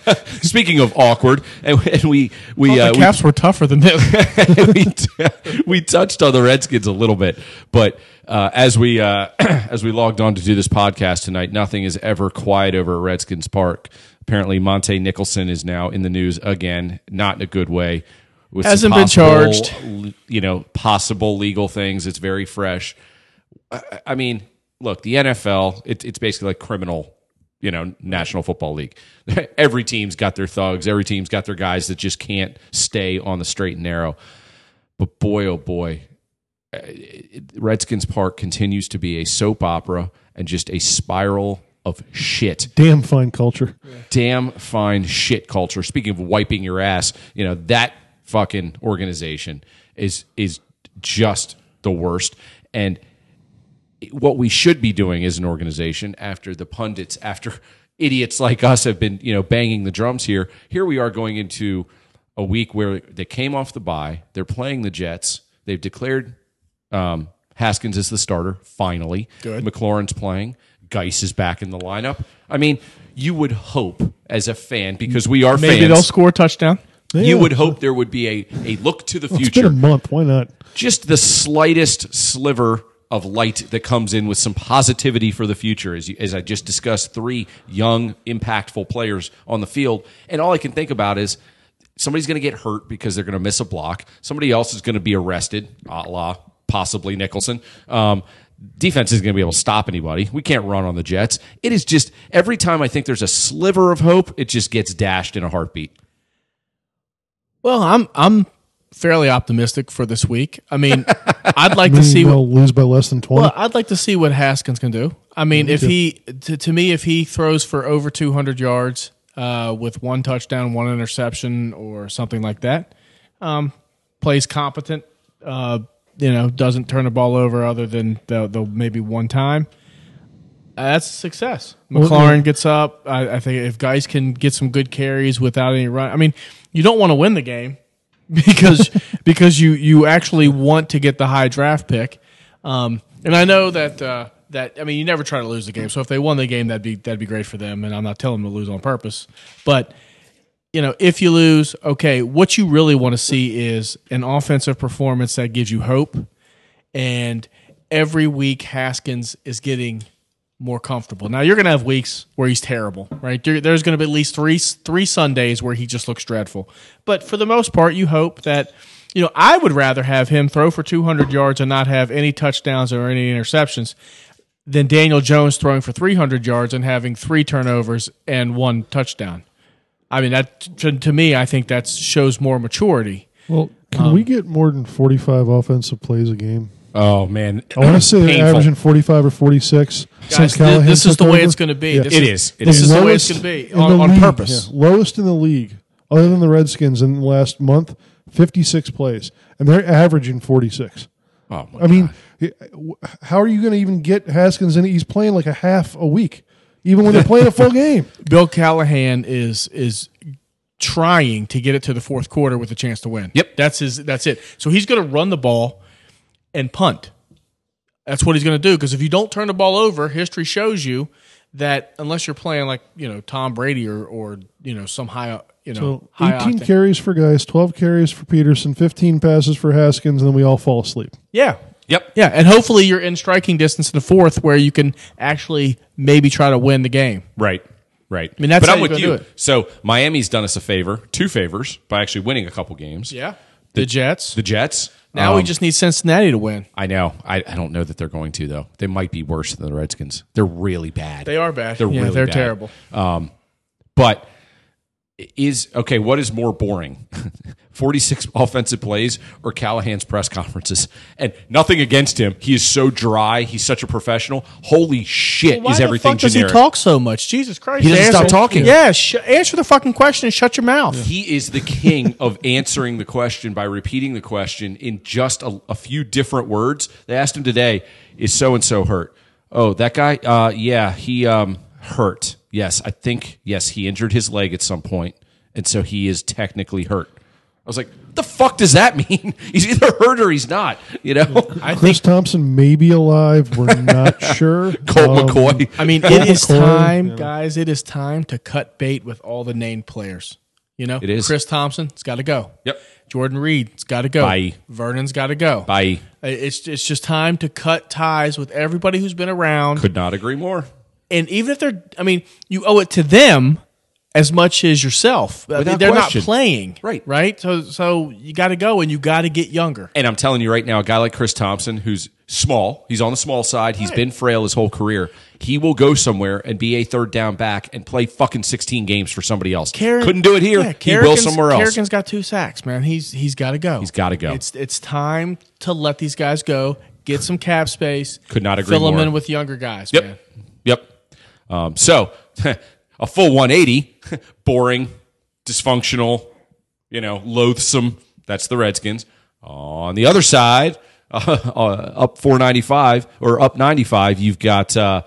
Speaker 1: Speaking of awkward, and, and we we
Speaker 2: the
Speaker 1: uh, we
Speaker 2: caps were tougher than this
Speaker 1: we, t- we touched on the Redskins a little bit, but uh, as we uh, as we logged on to do this podcast tonight, nothing is ever quiet over at Redskins Park. Apparently, Monte Nicholson is now in the news again, not in a good way. With some
Speaker 2: Hasn't been charged.
Speaker 1: l- You know, possible legal things. It's very fresh. I, I mean, look, the NFL. It, it's basically like criminal. You know, National Football League. every team's got their thugs. Every team's got their guys that just can't stay on the straight and narrow. But boy, oh boy, uh, Redskins Park continues to be a soap opera and just a spiral of shit.
Speaker 3: Damn fine culture.
Speaker 1: Damn fine shit culture. Speaking of wiping your ass, you know that fucking organization is is just the worst. And what we should be doing as an organization after the pundits after idiots like us have been you know banging the drums here here we are going into a week where they came off the bye they're playing the jets they've declared um, haskins is the starter finally Good. mclaurin's playing Geis is back in the lineup i mean you would hope as a fan because we are
Speaker 2: maybe they'll
Speaker 1: fans
Speaker 2: score a touchdown
Speaker 1: you
Speaker 3: Yeah.
Speaker 1: would hope there would be a, a look to the
Speaker 3: It's been a
Speaker 1: future
Speaker 3: month. Why not?
Speaker 1: just the slightest sliver of light that comes in with some positivity for the future as, you, as i just discussed three young impactful players on the field and all i can think about is somebody's going to get hurt because they're going to miss a block somebody else is going to be arrested a la possibly nicholson um, defense isn't going to be able to stop anybody we can't run on the jets it is just every time i think there's a sliver of hope it just gets dashed in a heartbeat
Speaker 2: well i'm i'm fairly optimistic for this week i mean i'd like to see
Speaker 3: Meaning
Speaker 2: what
Speaker 3: they'll lose by less than twenty.
Speaker 2: Well, I'd like to see what Haskins can do. I mean, if he to, to me, if he throws for over 200 yards uh, with one touchdown, one interception, or something like that, um, plays competent. Uh, you know, doesn't turn the ball over other than the, the maybe one time. Uh, that's a success. McLaurin gets up. I, I think if guys can get some good carries without any run, I mean, you don't want to win the game because because you you actually want to get the high draft pick. Um, and I know that uh, that I mean you never try to lose the game. So if they won the game, that'd be that'd be great for them. And I'm not telling them to lose on purpose, but you know, if you lose, okay, what you really want to see is an offensive performance that gives you hope. And every week, Haskins is getting more comfortable. Now, you're going to have weeks where he's terrible, right? There- There's going to be at least three three Sundays where he just looks dreadful. But for the most part, you hope that, you know, I would rather have him throw for 200 yards and not have any touchdowns or any interceptions than Daniel Jones throwing for 300 yards and having three turnovers and one touchdown. I mean, that to, to me, I think that shows more maturity.
Speaker 3: Well, can
Speaker 2: um,
Speaker 3: we get more than 45 offensive plays a game?
Speaker 1: Oh man,
Speaker 3: I want to say they're
Speaker 1: Painful.
Speaker 3: averaging 45 or 46 since
Speaker 2: Guys, thi-
Speaker 3: Callahan
Speaker 2: this is
Speaker 3: took
Speaker 2: the way
Speaker 3: over.
Speaker 2: it's going to be.
Speaker 3: Yeah.
Speaker 2: This
Speaker 1: It is. It
Speaker 2: this
Speaker 1: is.
Speaker 2: is the way it's
Speaker 3: Lowest
Speaker 2: going to be
Speaker 3: in
Speaker 2: on,
Speaker 3: the
Speaker 2: on
Speaker 3: league.
Speaker 2: purpose.
Speaker 3: Yeah, Lowest in the league, other than the Redskins in the last month, 56 plays, and they're averaging 46.
Speaker 1: oh my
Speaker 3: I mean, it- w- how are you going to even get Haskins in? He's playing like a half a week, even when they're playing a full game.
Speaker 2: Bill Callahan is is trying to get it to the fourth quarter with a chance to win.
Speaker 1: Yep.
Speaker 2: That's his that's it. So he's going to run the ball and punt. That's what he's going to do because if you don't turn the ball over, history shows you that unless you're playing like, you know, Tom Brady or or you know, some high, you know,
Speaker 3: So
Speaker 2: high
Speaker 3: 18
Speaker 2: octane-
Speaker 3: carries for guys, 12 carries for Peterson, 15 passes for Haskins, and then we all fall asleep.
Speaker 2: Yeah.
Speaker 1: Yep.
Speaker 2: Yeah, and hopefully you're in striking distance in the fourth where you can actually maybe try to win the game.
Speaker 1: Right. Right. I
Speaker 2: mean, that's
Speaker 1: but
Speaker 2: how
Speaker 1: I'm
Speaker 2: you're
Speaker 1: with
Speaker 2: gonna
Speaker 1: you.
Speaker 2: do it.
Speaker 1: So Miami's done us a favor, two favors, by actually winning a couple games.
Speaker 2: The, Jets.
Speaker 1: The Jets.
Speaker 2: now
Speaker 1: um,
Speaker 2: we just need Cincinnati to win.
Speaker 1: I know. I, I don't know that they're going to though. They might be worse than the Redskins. They're really bad.
Speaker 2: They are bad.
Speaker 1: They're
Speaker 2: yeah,
Speaker 1: really
Speaker 2: they're
Speaker 1: bad.
Speaker 2: terrible.
Speaker 1: But is okay. What is more boring, forty six offensive plays or Callahan's press conferences? And nothing against him. He is so dry. He's such a professional. Holy shit!
Speaker 2: Why
Speaker 1: is
Speaker 2: the
Speaker 1: everything
Speaker 2: fuck does
Speaker 1: generic?
Speaker 2: he talk so much? Jesus Christ!
Speaker 1: He doesn't
Speaker 2: Answer-
Speaker 1: stop talking.
Speaker 2: Yeah, sh- answer the fucking question and shut your mouth.
Speaker 1: He is the king of answering the question by repeating the question in just a, a few different words. They asked him today, "Is so and so hurt?" Oh, that guy. Uh, yeah, he um, hurt. Yes, I think. Yes, he injured his leg at some point, and so he is technically hurt. I was like, "The fuck does that mean? he's either hurt or he's not." You know,
Speaker 3: Chris Thompson may be alive. We're not sure.
Speaker 1: Colt
Speaker 3: Um,
Speaker 1: McCoy.
Speaker 2: I mean, it is
Speaker 3: McCoy,
Speaker 2: time, guys. It is time to cut bait with all the named players. You know, it
Speaker 1: is.
Speaker 2: Chris Thompson. It's got to go.
Speaker 1: Yep.
Speaker 2: Jordan Reed. It's got to go.
Speaker 1: Bye.
Speaker 2: Vernon's got to go.
Speaker 1: I
Speaker 2: It's it's just time to cut ties with everybody who's been around.
Speaker 1: could not agree more.
Speaker 2: and even if they're i mean you owe it to them as much as yourself I mean,
Speaker 1: Without
Speaker 2: they're
Speaker 1: question.
Speaker 2: not playing
Speaker 1: Right.
Speaker 2: right so so you got to go and you got to get younger
Speaker 1: And I'm telling you right now, a guy like Chris Thompson, who's small, he's on the small side, he's been frail his whole career. He will go somewhere and be a third down back and play fucking 16 games for somebody else.
Speaker 2: Kerrigan-
Speaker 1: Couldn't do it here.
Speaker 2: Yeah,
Speaker 1: he will
Speaker 2: Kerrigan's-
Speaker 1: somewhere else.
Speaker 2: Kerrigan's got two sacks, man. He's he's got to go. He's
Speaker 1: gotta go.
Speaker 2: It's it's time to let these guys go. Get some cap space.
Speaker 1: Could not agree
Speaker 2: Fill them
Speaker 1: more.
Speaker 2: in with younger guys.
Speaker 1: Yep.
Speaker 2: man.
Speaker 1: Yep. Um, so a full 180, boring, dysfunctional, you know, loathsome. That's the Redskins. On the other side, uh, up 495 or up 95, you've got uh,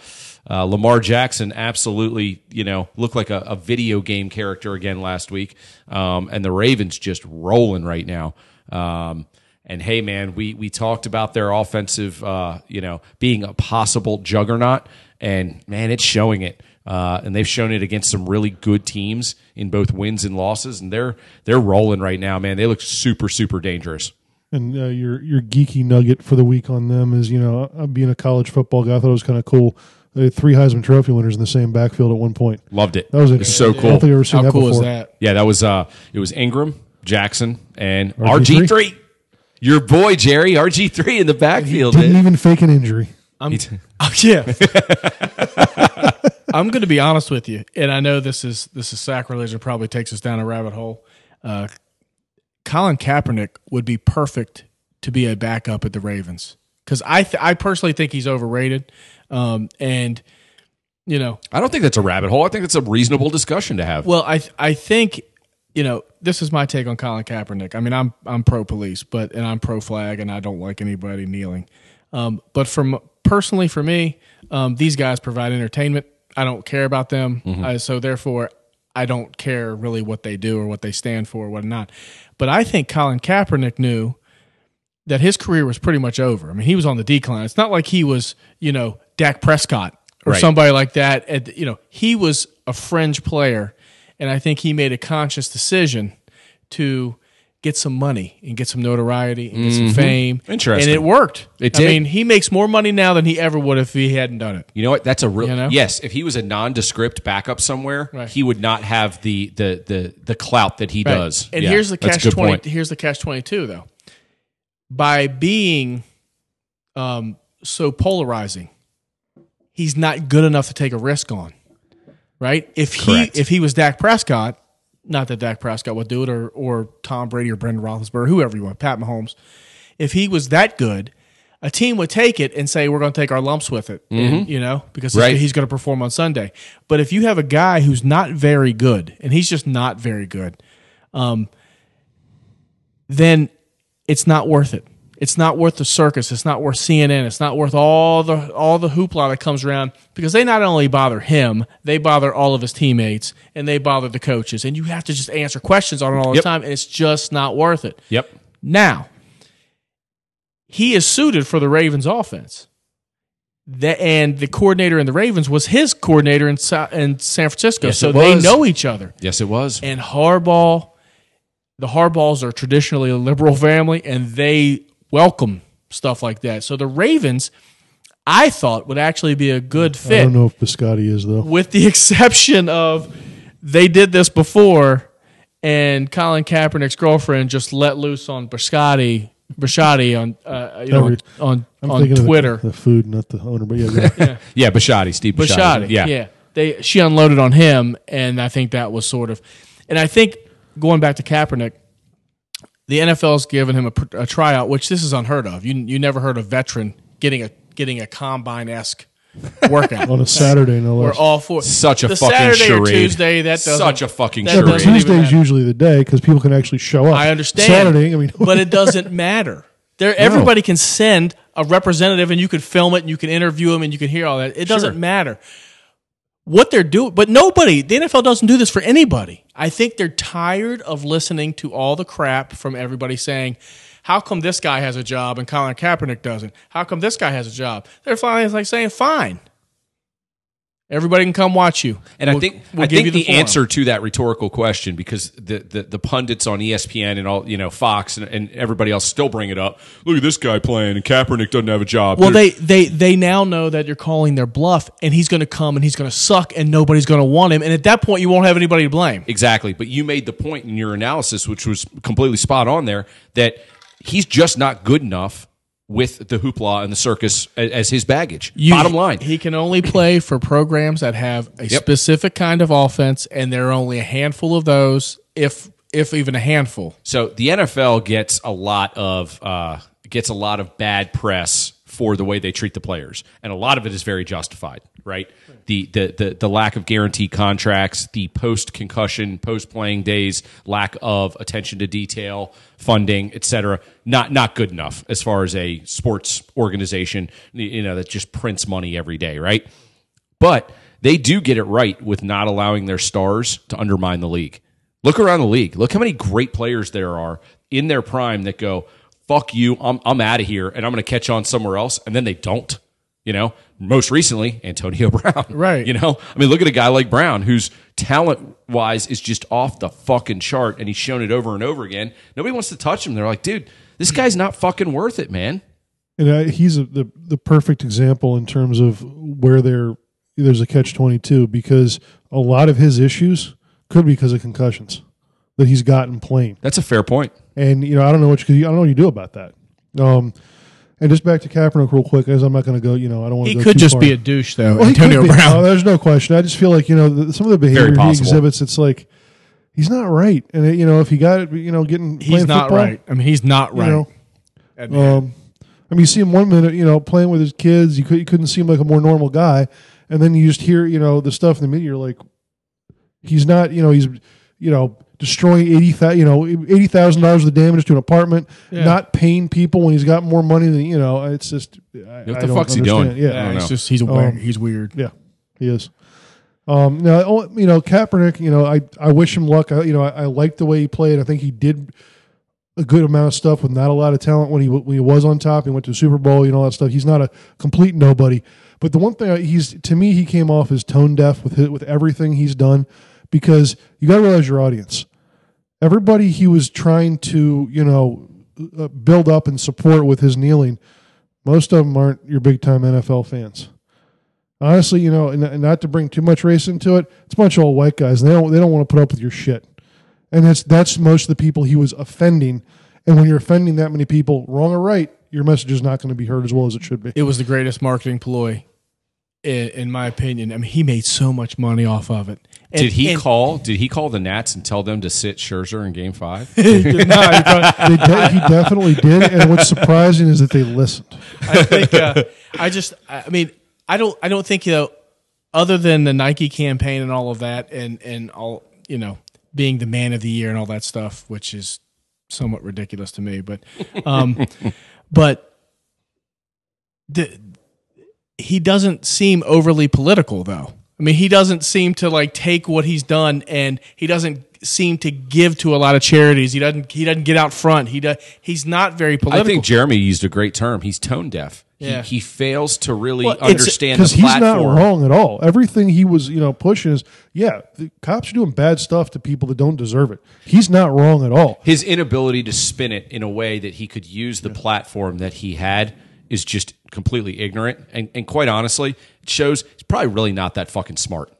Speaker 1: uh, Lamar Jackson absolutely, you know, looked like a, a video game character again last week. Um, and the Ravens just rolling right now. Um, and hey, man, we we talked about their offensive, uh, you know, being a possible juggernaut, and man, it's showing it. Uh, and they've shown it against some really good teams in both wins and losses, and they're they're rolling right now, man. They look super super dangerous.
Speaker 3: And uh, your your geeky nugget for the week on them is you know uh, being a college football guy, I thought it was kind of cool. They had three Heisman Trophy winners in the same backfield at one point.
Speaker 1: Loved it.
Speaker 3: That was,
Speaker 1: It was so
Speaker 3: I don't
Speaker 1: cool.
Speaker 3: think I've ever seen
Speaker 2: How
Speaker 3: that
Speaker 2: cool
Speaker 3: before.
Speaker 2: is that?
Speaker 1: Yeah, that was uh, it was Ingram, Jackson, and
Speaker 3: RG3.
Speaker 1: RG three. Your boy Jerry RG three in the backfield.
Speaker 3: Didn't
Speaker 1: man.
Speaker 3: even fake an injury.
Speaker 1: He-
Speaker 2: Oh, yeah. I'm going to be honest with you, and I know this is this is sacrilege and probably takes us down a rabbit hole. Uh, Colin Kaepernick would be perfect to be a backup at the Ravens because I th- I personally think he's overrated, um, and you know,
Speaker 1: I don't think that's a rabbit hole. I think that's a reasonable discussion to have.
Speaker 2: well, I th- I think you know this is my take on Colin Kaepernick. I mean, I'm I'm pro police, but and I'm pro flag, and I don't like anybody kneeling. Um, but from personally, for me, um, these guys provide entertainment. I don't care about them, I, so therefore, I don't care really what they do or what they stand for or whatnot. But I think Colin Kaepernick knew that his career was pretty much over. I mean, he was on the decline. It's not like he was, you know, Dak Prescott or
Speaker 1: Right.
Speaker 2: somebody like that. At the- you know, he was a fringe player, and I think he made a conscious decision to get some money and get some notoriety and get some fame.
Speaker 1: Mm-hmm. Interesting.
Speaker 2: and it worked.
Speaker 1: It
Speaker 2: I
Speaker 1: did.
Speaker 2: mean, he makes more money now than he ever would if he hadn't done it.
Speaker 1: You know what? That's a real
Speaker 2: You know?
Speaker 1: yes. If he was a nondescript backup somewhere,
Speaker 2: Right.
Speaker 1: he would not have the the the the clout that he does.
Speaker 2: And
Speaker 1: Yeah,
Speaker 2: here's the
Speaker 1: that's a
Speaker 2: catch
Speaker 1: good
Speaker 2: twenty.
Speaker 1: point.
Speaker 2: Here's the catch twenty two though. By being um, so polarizing, he's not good enough to take a risk on. Right? If
Speaker 1: Correct.
Speaker 2: he if he was Dak Prescott, not that Dak Prescott would do it, or or Tom Brady or Brendan Roethlisberger, whoever you want, Pat Mahomes, if he was that good, a team would take it and say we're going to take our lumps with it, and, you know, because he's-
Speaker 1: Mm-hmm. Right.
Speaker 2: he's going to perform on Sunday. But if you have a guy who's not very good, and he's just not very good, then it's not worth it. It's not worth the circus. It's not worth CNN. It's not worth all the all the hoopla that comes around because they not only bother him, they bother all of his teammates and they bother the coaches. And you have to just answer questions on it all the
Speaker 1: Yep.
Speaker 2: time, and it's just not worth it.
Speaker 1: Yep.
Speaker 2: Now, he is suited for the Ravens offense. That and the coordinator in the Ravens was his coordinator in Sa- in San Francisco,
Speaker 1: Yes,
Speaker 2: so
Speaker 1: it
Speaker 2: they
Speaker 1: was.
Speaker 2: know each other.
Speaker 1: Yes, it was.
Speaker 2: And Harbaugh, the Harbaughs are traditionally a liberal family, and they welcome stuff like that. So the Ravens, I thought, would actually be a good
Speaker 3: I don't
Speaker 2: fit,
Speaker 3: know if Biscotti is though.
Speaker 2: with the exception of they did this before, and Colin Kaepernick's girlfriend just let loose on Biscotti, Biscotti on uh, you know
Speaker 3: Every-
Speaker 2: on on,
Speaker 3: I'm
Speaker 2: on
Speaker 3: thinking of the-
Speaker 2: Twitter,
Speaker 3: the, food, not the owner, but yeah, yeah.
Speaker 1: yeah, Bashotti, Steve Bashotti.
Speaker 2: Bashotti. yeah. They she unloaded on him, and I think that was sort of, and I think going back to Kaepernick, the NFL's given him a, pr- a tryout, which this is unheard of. You you never heard a veteran getting a getting a combine esque workout.
Speaker 3: on a Saturday, no
Speaker 2: We're
Speaker 3: less.
Speaker 2: all for
Speaker 1: Such a
Speaker 2: the
Speaker 1: fucking
Speaker 2: Saturday or
Speaker 1: charade.
Speaker 2: Tuesday. That doesn't-
Speaker 1: Such a fucking
Speaker 2: that
Speaker 1: charade.
Speaker 3: But
Speaker 2: doesn't even
Speaker 3: Tuesday's
Speaker 2: matter.
Speaker 3: usually the day because people can actually show up.
Speaker 2: I understand.
Speaker 3: Saturday, I mean,
Speaker 2: but it doesn't matter. There, everybody can send a representative, and you could film it, and you can interview them, and you can hear all that. It doesn't
Speaker 1: Sure.
Speaker 2: matter what they're doing. But nobody, the NFL doesn't do this for anybody. I think they're tired of listening to all the crap from everybody saying, "How come this guy has a job and Colin Kaepernick doesn't? How come this guy has a job?" They're finally like saying, "Fine, everybody can come watch you."
Speaker 1: And I
Speaker 2: We'll-
Speaker 1: think
Speaker 2: we'll
Speaker 1: I
Speaker 2: give
Speaker 1: think
Speaker 2: you
Speaker 1: the,
Speaker 2: forum."
Speaker 1: answer to that rhetorical question, because the, the, the pundits on E ESPN and all you know Fox and, and everybody else still bring it up. Look at this guy playing, and Kaepernick doesn't have a job.
Speaker 2: Well,
Speaker 1: They're-
Speaker 2: they they they now know that you're calling their bluff, and he's going to come and he's going to suck, and nobody's going to want him. And at that point, you won't have anybody to blame.
Speaker 1: exactly. But you made the point in your analysis, which was completely spot on there, that he's just not good enough with the hoopla and the circus as, as his baggage.
Speaker 2: You-
Speaker 1: Bottom line,
Speaker 2: he can only play for programs that have a specific kind of offense, and there are only a handful of those, if if even a handful.
Speaker 1: So the NFL gets a lot of uh, gets a lot of bad press for the way they treat the players, and a lot of it is very justified, right? The the the, the lack of guaranteed contracts, the post concussion, post playing days, lack of attention to detail, funding, etc. Not not good enough as far as a sports organization, you know, that just prints money every day, right? But they do get it right with not allowing their stars to undermine the league. Look around the league. Look how many great players there are in their prime that go, fuck you, I'm, I'm out of here and I'm going to catch on somewhere else. And then they don't. You know, most recently, Antonio Brown.
Speaker 2: Right.
Speaker 1: You know, I mean, look at a guy like Brown who's talent wise is just off the fucking chart and he's shown it over and over again. Nobody wants to touch him. They're like, dude, this guy's not fucking worth it, man.
Speaker 3: and I, he's a, the the perfect example in terms of where there there's a catch twenty two because a lot of his issues could be because of concussions that he's gotten playing.
Speaker 1: That's a fair point.
Speaker 3: And you know, I don't know what you, I don't know what you do about that. Um, and just back to Kaepernick real quick, as I'm not going to go. You know, I don't want
Speaker 2: He
Speaker 3: to. go
Speaker 2: could
Speaker 3: too
Speaker 2: just
Speaker 3: far.
Speaker 2: be a douche, though.
Speaker 3: Well, he could
Speaker 2: Antonio
Speaker 3: be. Oh, No,
Speaker 2: Brown.
Speaker 3: there's no question. I just feel like you know the, some of the behavior he
Speaker 1: possible.
Speaker 3: exhibits. It's like he's not right, and it, you know if he got it, you know, getting
Speaker 2: He's
Speaker 3: playing
Speaker 2: not
Speaker 3: football,
Speaker 2: right. I mean, he's not
Speaker 3: You
Speaker 2: right.
Speaker 3: know, um, I mean, you see him one minute, you know, playing with his kids. You, could, you couldn't seem like a more normal guy, and then you just hear, you know, the stuff in the media. You're like, he's not, you know, he's, you know, destroying eighty thousand, you know, eighty thousand dollars of damage to an apartment. Not paying people when he's got more money than you know. It's just, I,
Speaker 1: What
Speaker 3: I
Speaker 1: the
Speaker 3: don't
Speaker 1: fuck's he
Speaker 3: understand.
Speaker 1: doing?
Speaker 3: Yeah, Oh.
Speaker 1: I don't
Speaker 2: he's
Speaker 1: know.
Speaker 2: just he's a weird, he's weird.
Speaker 3: yeah, he is. Um, now, oh, you know, Kaepernick, you know, I, I wish him luck. I, you know, I, I like the way he played. I think he did a good amount of stuff with not a lot of talent when he w- when he was on top. He went to the Super Bowl, you know, all that stuff. He's not a complete nobody. But the one thing I- he's to me, he came off as tone deaf with his, with everything he's done because you got to realize your audience. Everybody he was trying to, you know, uh, build up and support with his kneeling, most of them aren't your big time NFL fans honestly, you know, and, and not to bring too much race into it, it's a bunch of old white guys. And they don't they don't want to put up with your shit, and that's that's most of the people he was offending. And when you're offending that many people, wrong or right, your message is not going to be heard as well as it should be.
Speaker 2: It was the greatest marketing ploy in, in my opinion. I mean, he made so much money off of it. And-
Speaker 1: Did he
Speaker 2: and-
Speaker 1: call? Did he call the Nats and tell them to sit Scherzer in Game Five?
Speaker 2: No, he probably-
Speaker 3: They de- he definitely did, and what's surprising is that they listened.
Speaker 2: I think uh, I just I mean I don't I don't think you know other than the Nike campaign and all of that and and all you know being the man of the year and all that stuff which is somewhat ridiculous to me but um but the, he doesn't seem overly political though. I mean he doesn't seem to like take what he's done and he doesn't seem to give to a lot of charities. He doesn't he doesn't get out front. He does, he's not very
Speaker 1: I
Speaker 2: political.
Speaker 1: think Jeremy used a great term. He's tone deaf.
Speaker 2: Yeah.
Speaker 1: He, he fails to really
Speaker 2: Well, it's-
Speaker 1: understand the
Speaker 3: because he's not
Speaker 1: platform.
Speaker 3: wrong at all. Everything he was, you know, pushing is yeah, the cops are doing bad stuff to people that don't deserve it. He's not wrong at all.
Speaker 1: His inability to spin it in a way that he could use the platform that he had is just completely ignorant. And, and quite honestly, it shows he's probably really not that fucking smart.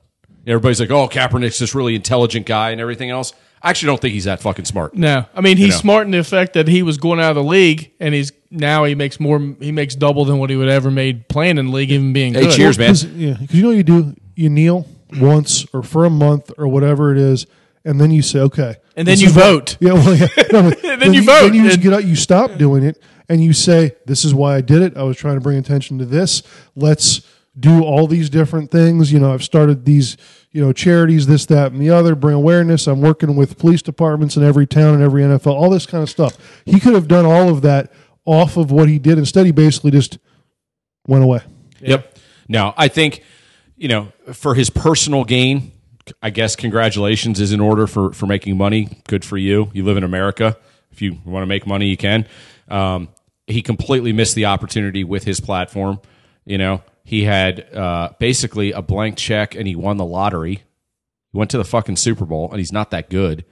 Speaker 1: Everybody's like, oh, Kaepernick's this really intelligent guy and everything else. I actually don't think he's that fucking smart.
Speaker 2: No, I mean he's
Speaker 1: know.
Speaker 2: smart in the effect that he was going out of the league, and he's now he makes more. He makes double than what he would ever made playing in the league, even being
Speaker 1: Hey,
Speaker 2: good.
Speaker 1: cheers, man.
Speaker 3: Because you know what you do? You kneel once or for a month or whatever it is, and then you say, okay.
Speaker 2: And then
Speaker 3: this
Speaker 2: you
Speaker 3: is what-
Speaker 2: vote.
Speaker 3: yeah, well, yeah. No, but
Speaker 2: And then you vote,
Speaker 3: Then you just
Speaker 2: and-
Speaker 3: get out. You stop doing it, and you say, "This is why I did it. I was trying to bring attention to this. Let's do all these different things. You know, I've started these, you know, charities, this, that, and the other. Bring awareness. I'm working with police departments in every town and every NFL. All this kind of stuff. He could have done all of that off of what he did. Instead, he basically just went away.
Speaker 1: Yep. Now, I think, you know, for his personal gain, I guess congratulations is in order for, for making money. Good for you. You live in America. If you want to make money, you can. Um, he completely missed the opportunity with his platform. You know, he had uh, basically a blank check and he won the lottery. He went to the fucking Super Bowl and he's not that good.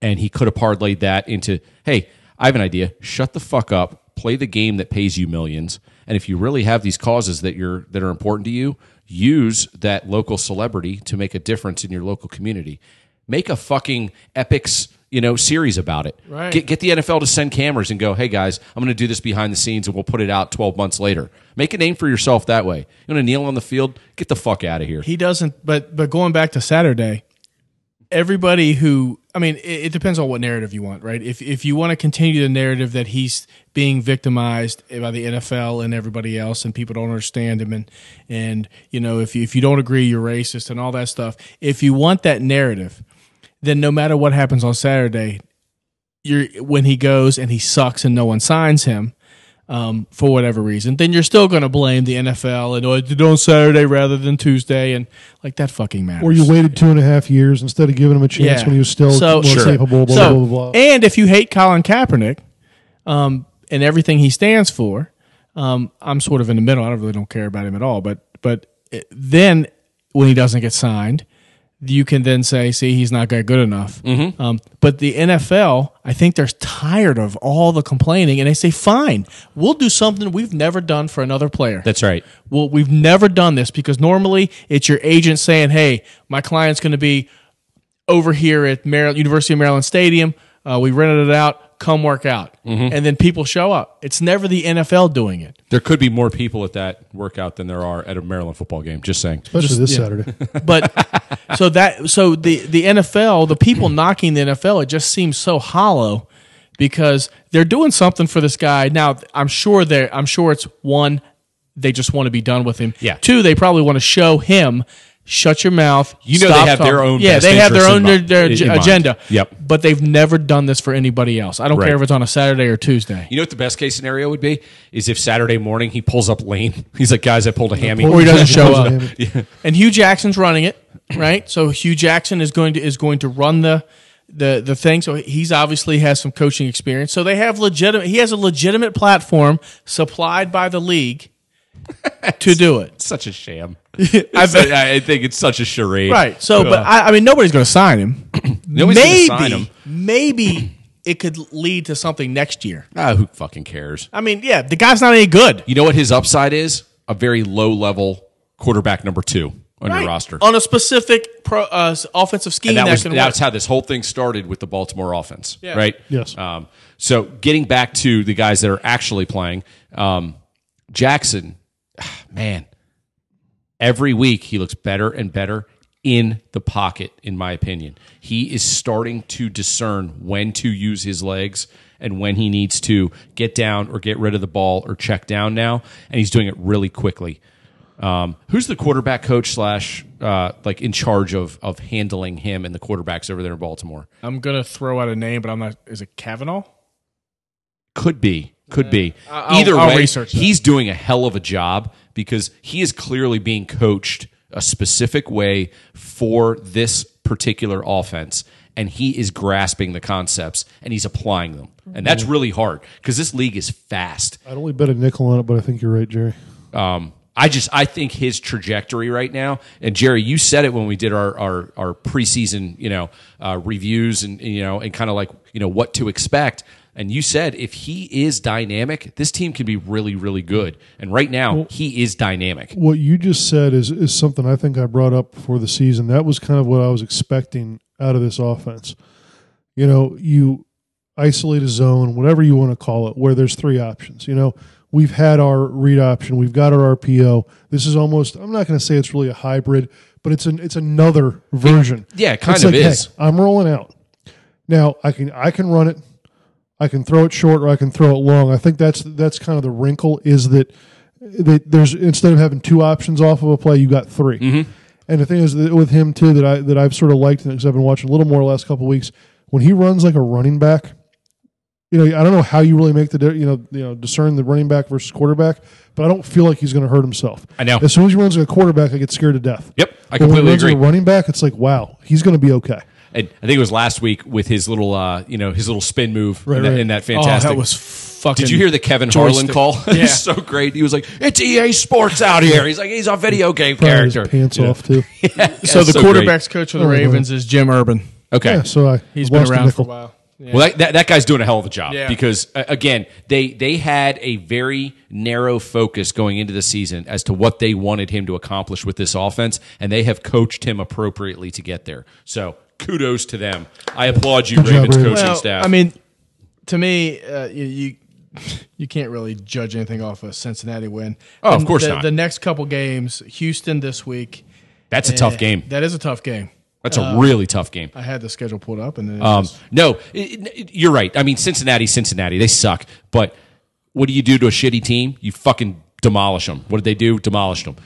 Speaker 1: And he could have parlayed that into, hey, I have an idea. Shut the fuck up. Play the game that pays you millions. And if you really have these causes that you're that are important to you, use that local celebrity to make a difference in your local community. Make a fucking epics, you know, series about it.
Speaker 2: Right.
Speaker 1: Get, get the NFL to send cameras and go, hey guys, I'm going to do this behind the scenes and we'll put it out 12 months later. Make a name for yourself that way. You want to kneel on the field? Get the fuck out of here.
Speaker 2: He doesn't. But but going back to Saturday, everybody who I mean, it, it depends on what narrative you want, right? If if you want to continue the narrative that he's being victimized by the NFL and everybody else, and people don't understand him, and and you know if you, if you don't agree, you're racist and all that stuff. If you want that narrative, then no matter what happens on Saturday, you're when he goes and he sucks and no one signs him um, for whatever reason, then you're still going to blame the NFL and oh, you do it on Saturday rather than Tuesday, and like that fucking matters.
Speaker 3: Or you waited two and a half years instead of giving him a chance
Speaker 2: Yeah.
Speaker 3: when he was still
Speaker 2: So-
Speaker 3: more
Speaker 2: Sure.
Speaker 3: capable. Blah,
Speaker 2: so,
Speaker 3: blah, blah, blah.
Speaker 2: and if you hate Colin Kaepernick um, and everything he stands for, um, I'm sort of in the middle. I don't really don't care about him at all. But but it- then when he doesn't get signed, you can then say, see, he's not that good enough. Um, but the NFL, I think they're tired of all the complaining, and they say, fine, we'll do something we've never done for another player.
Speaker 1: That's right.
Speaker 2: Well, we've never done this because normally it's your agent saying, "Hey, my client's going to be over here at Maryland, University of Maryland Stadium. Uh, we rented it out. Come work out." And then people show up. It's never the NFL doing it.
Speaker 1: There could be more people at that workout than there are at a Maryland football game. Just saying.
Speaker 3: Especially this Saturday.
Speaker 2: But so that so the the NFL, the people knocking the NFL, it just seems so hollow because they're doing something for this guy. Now, I'm sure they I'm sure it's one they just want to be done with him.
Speaker 1: Yeah.
Speaker 2: Two, they probably want to show him shut your mouth.
Speaker 1: You know they
Speaker 2: stop
Speaker 1: have their
Speaker 2: talking."
Speaker 1: own
Speaker 2: Yeah,
Speaker 1: best
Speaker 2: they have their
Speaker 1: interests
Speaker 2: own
Speaker 1: in
Speaker 2: their,
Speaker 1: mind-
Speaker 2: their
Speaker 1: in- in mind.
Speaker 2: agenda.
Speaker 1: Yep.
Speaker 2: But they've never done this for anybody else. I don't
Speaker 1: Right.
Speaker 2: care if it's on a Saturday or Tuesday.
Speaker 1: You know what the best case scenario would be is if Saturday morning he pulls up lane. He's like, guys, I pulled a hammy.
Speaker 2: Or he doesn't show up.
Speaker 3: Miami.
Speaker 2: And Hugh Jackson's running it, right? So Hugh Jackson is going to is going to run the the the thing. So he's obviously has some coaching experience. So they have legitimate. He has a legitimate platform supplied by the league to do it.
Speaker 1: Such a sham. I, bet- I think it's such a charade.
Speaker 2: Right. So, but I, I mean, nobody's going to sign him.
Speaker 1: Nobody's
Speaker 2: maybe,
Speaker 1: gonna sign him.
Speaker 2: maybe it could lead to something next year.
Speaker 1: Ah, who fucking cares?
Speaker 2: I mean, yeah, the guy's not any good.
Speaker 1: You know what his upside is? A very low level quarterback number two on
Speaker 2: Right.
Speaker 1: your roster.
Speaker 2: on a specific pro, uh, offensive scheme
Speaker 1: and that
Speaker 2: that
Speaker 1: was
Speaker 2: can
Speaker 1: that's
Speaker 2: work.
Speaker 1: how this whole thing started with the Baltimore offense,
Speaker 2: Yeah.
Speaker 1: right?
Speaker 3: Yes.
Speaker 1: Um, so getting back to the guys that are actually playing, um, Jackson, man, ah, Every week, he looks better and better in the pocket, in my opinion. He is starting to discern when to use his legs and when he needs to get down or get rid of the ball or check down now. And he's doing it really quickly. Um, who's the quarterback coach slash uh, like in charge of of handling him and the quarterbacks over there in Baltimore?
Speaker 2: I'm gonna throw out a name, but I'm not. Is it Kavanaugh?
Speaker 1: Could be. Could be.
Speaker 2: I'll-
Speaker 1: Either
Speaker 2: I'll
Speaker 1: way,
Speaker 2: research that.
Speaker 1: he's doing a hell of a job because he is clearly being coached a specific way for this particular offense. And he is grasping the concepts and he's applying them. And that's
Speaker 2: Mm-hmm.
Speaker 1: really hard because this league is fast.
Speaker 3: I'd only bet a nickel on it, but I think you're right, Jerry.
Speaker 1: Um, I just I think his trajectory right now, and Jerry, you said it when we did our our, our preseason, you know, uh, reviews and you know, and kind of like you know what to expect. And you said if he is dynamic, this team can be really really good. And right now, he is dynamic.
Speaker 3: What you just said is is something I think I brought up before the season. That was kind of what I was expecting out of this offense. You know, you isolate a zone, whatever you want to call it, where there's three options. You know, we've had our read option, we've got our RPO. This is almost I'm not going to say it's really a hybrid, but it's an it's another version.
Speaker 1: Yeah, it kind
Speaker 3: It's
Speaker 1: of
Speaker 3: like,
Speaker 1: is.
Speaker 3: hey, I'm rolling out. Now I can I can run it. I can throw it short or I can throw it long. I think that's that's kind of the wrinkle is that that there's instead of having two options off of a play, you got 3
Speaker 2: Mm-hmm.
Speaker 3: And the thing is that with him too that I that I've sort of liked because I've been watching a little more the last couple of weeks when he runs like a running back. You know, I don't know how you really make the di- you know you know discern the running back versus quarterback, but I don't feel like he's going to hurt himself.
Speaker 1: I know.
Speaker 3: As soon as he runs like a quarterback, I get scared to death.
Speaker 1: Yep, I
Speaker 3: But when he
Speaker 1: completely
Speaker 3: runs like
Speaker 1: agree.
Speaker 3: a running back, it's like wow, he's going to be okay.
Speaker 1: And I think it was last week with his little uh, you know his little spin move in, that,
Speaker 3: right.
Speaker 1: in that fantastic.
Speaker 2: Oh, that was fucking.
Speaker 1: Did you hear the Kevin Harlan
Speaker 2: joystick.
Speaker 1: call?
Speaker 2: Yeah.
Speaker 1: it's so great. He was like, "It's EA Sports out here." He's like, "He's a video game
Speaker 3: Probably his
Speaker 1: character."
Speaker 3: pants off too.
Speaker 2: so the
Speaker 1: so great.
Speaker 2: quarterbacks coach for the Ravens is Jim Urban.
Speaker 1: Okay,
Speaker 3: Yeah, so I
Speaker 2: He's
Speaker 3: lost
Speaker 2: been around for
Speaker 3: nickel.
Speaker 2: a while. Yeah.
Speaker 1: Well, that, that, that guy's doing a hell of a job
Speaker 2: Yeah.
Speaker 1: because uh, again, they they had a very narrow focus going into the season as to what they wanted him to accomplish with this offense, and they have coached him appropriately to get there. So kudos to them. I applaud you,
Speaker 3: job,
Speaker 1: Ravens
Speaker 3: Ravens.
Speaker 1: coaching
Speaker 2: Well,
Speaker 1: staff.
Speaker 2: I mean, to me, uh, you, you you can't really judge anything off a Cincinnati win.
Speaker 1: Oh, of
Speaker 2: And
Speaker 1: course
Speaker 2: the,
Speaker 1: not.
Speaker 2: The next couple games, Houston this week. Eh,
Speaker 1: that's a tough game.
Speaker 2: That is a tough game.
Speaker 1: That's a
Speaker 2: uh,
Speaker 1: really tough game.
Speaker 2: I had the schedule pulled up, and then it's
Speaker 1: Um,
Speaker 2: just-
Speaker 1: no, it- it- you're right. I mean, Cincinnati, Cincinnati, they suck. But what do you do to a shitty team? You fucking demolish them. What did they do? Demolished them.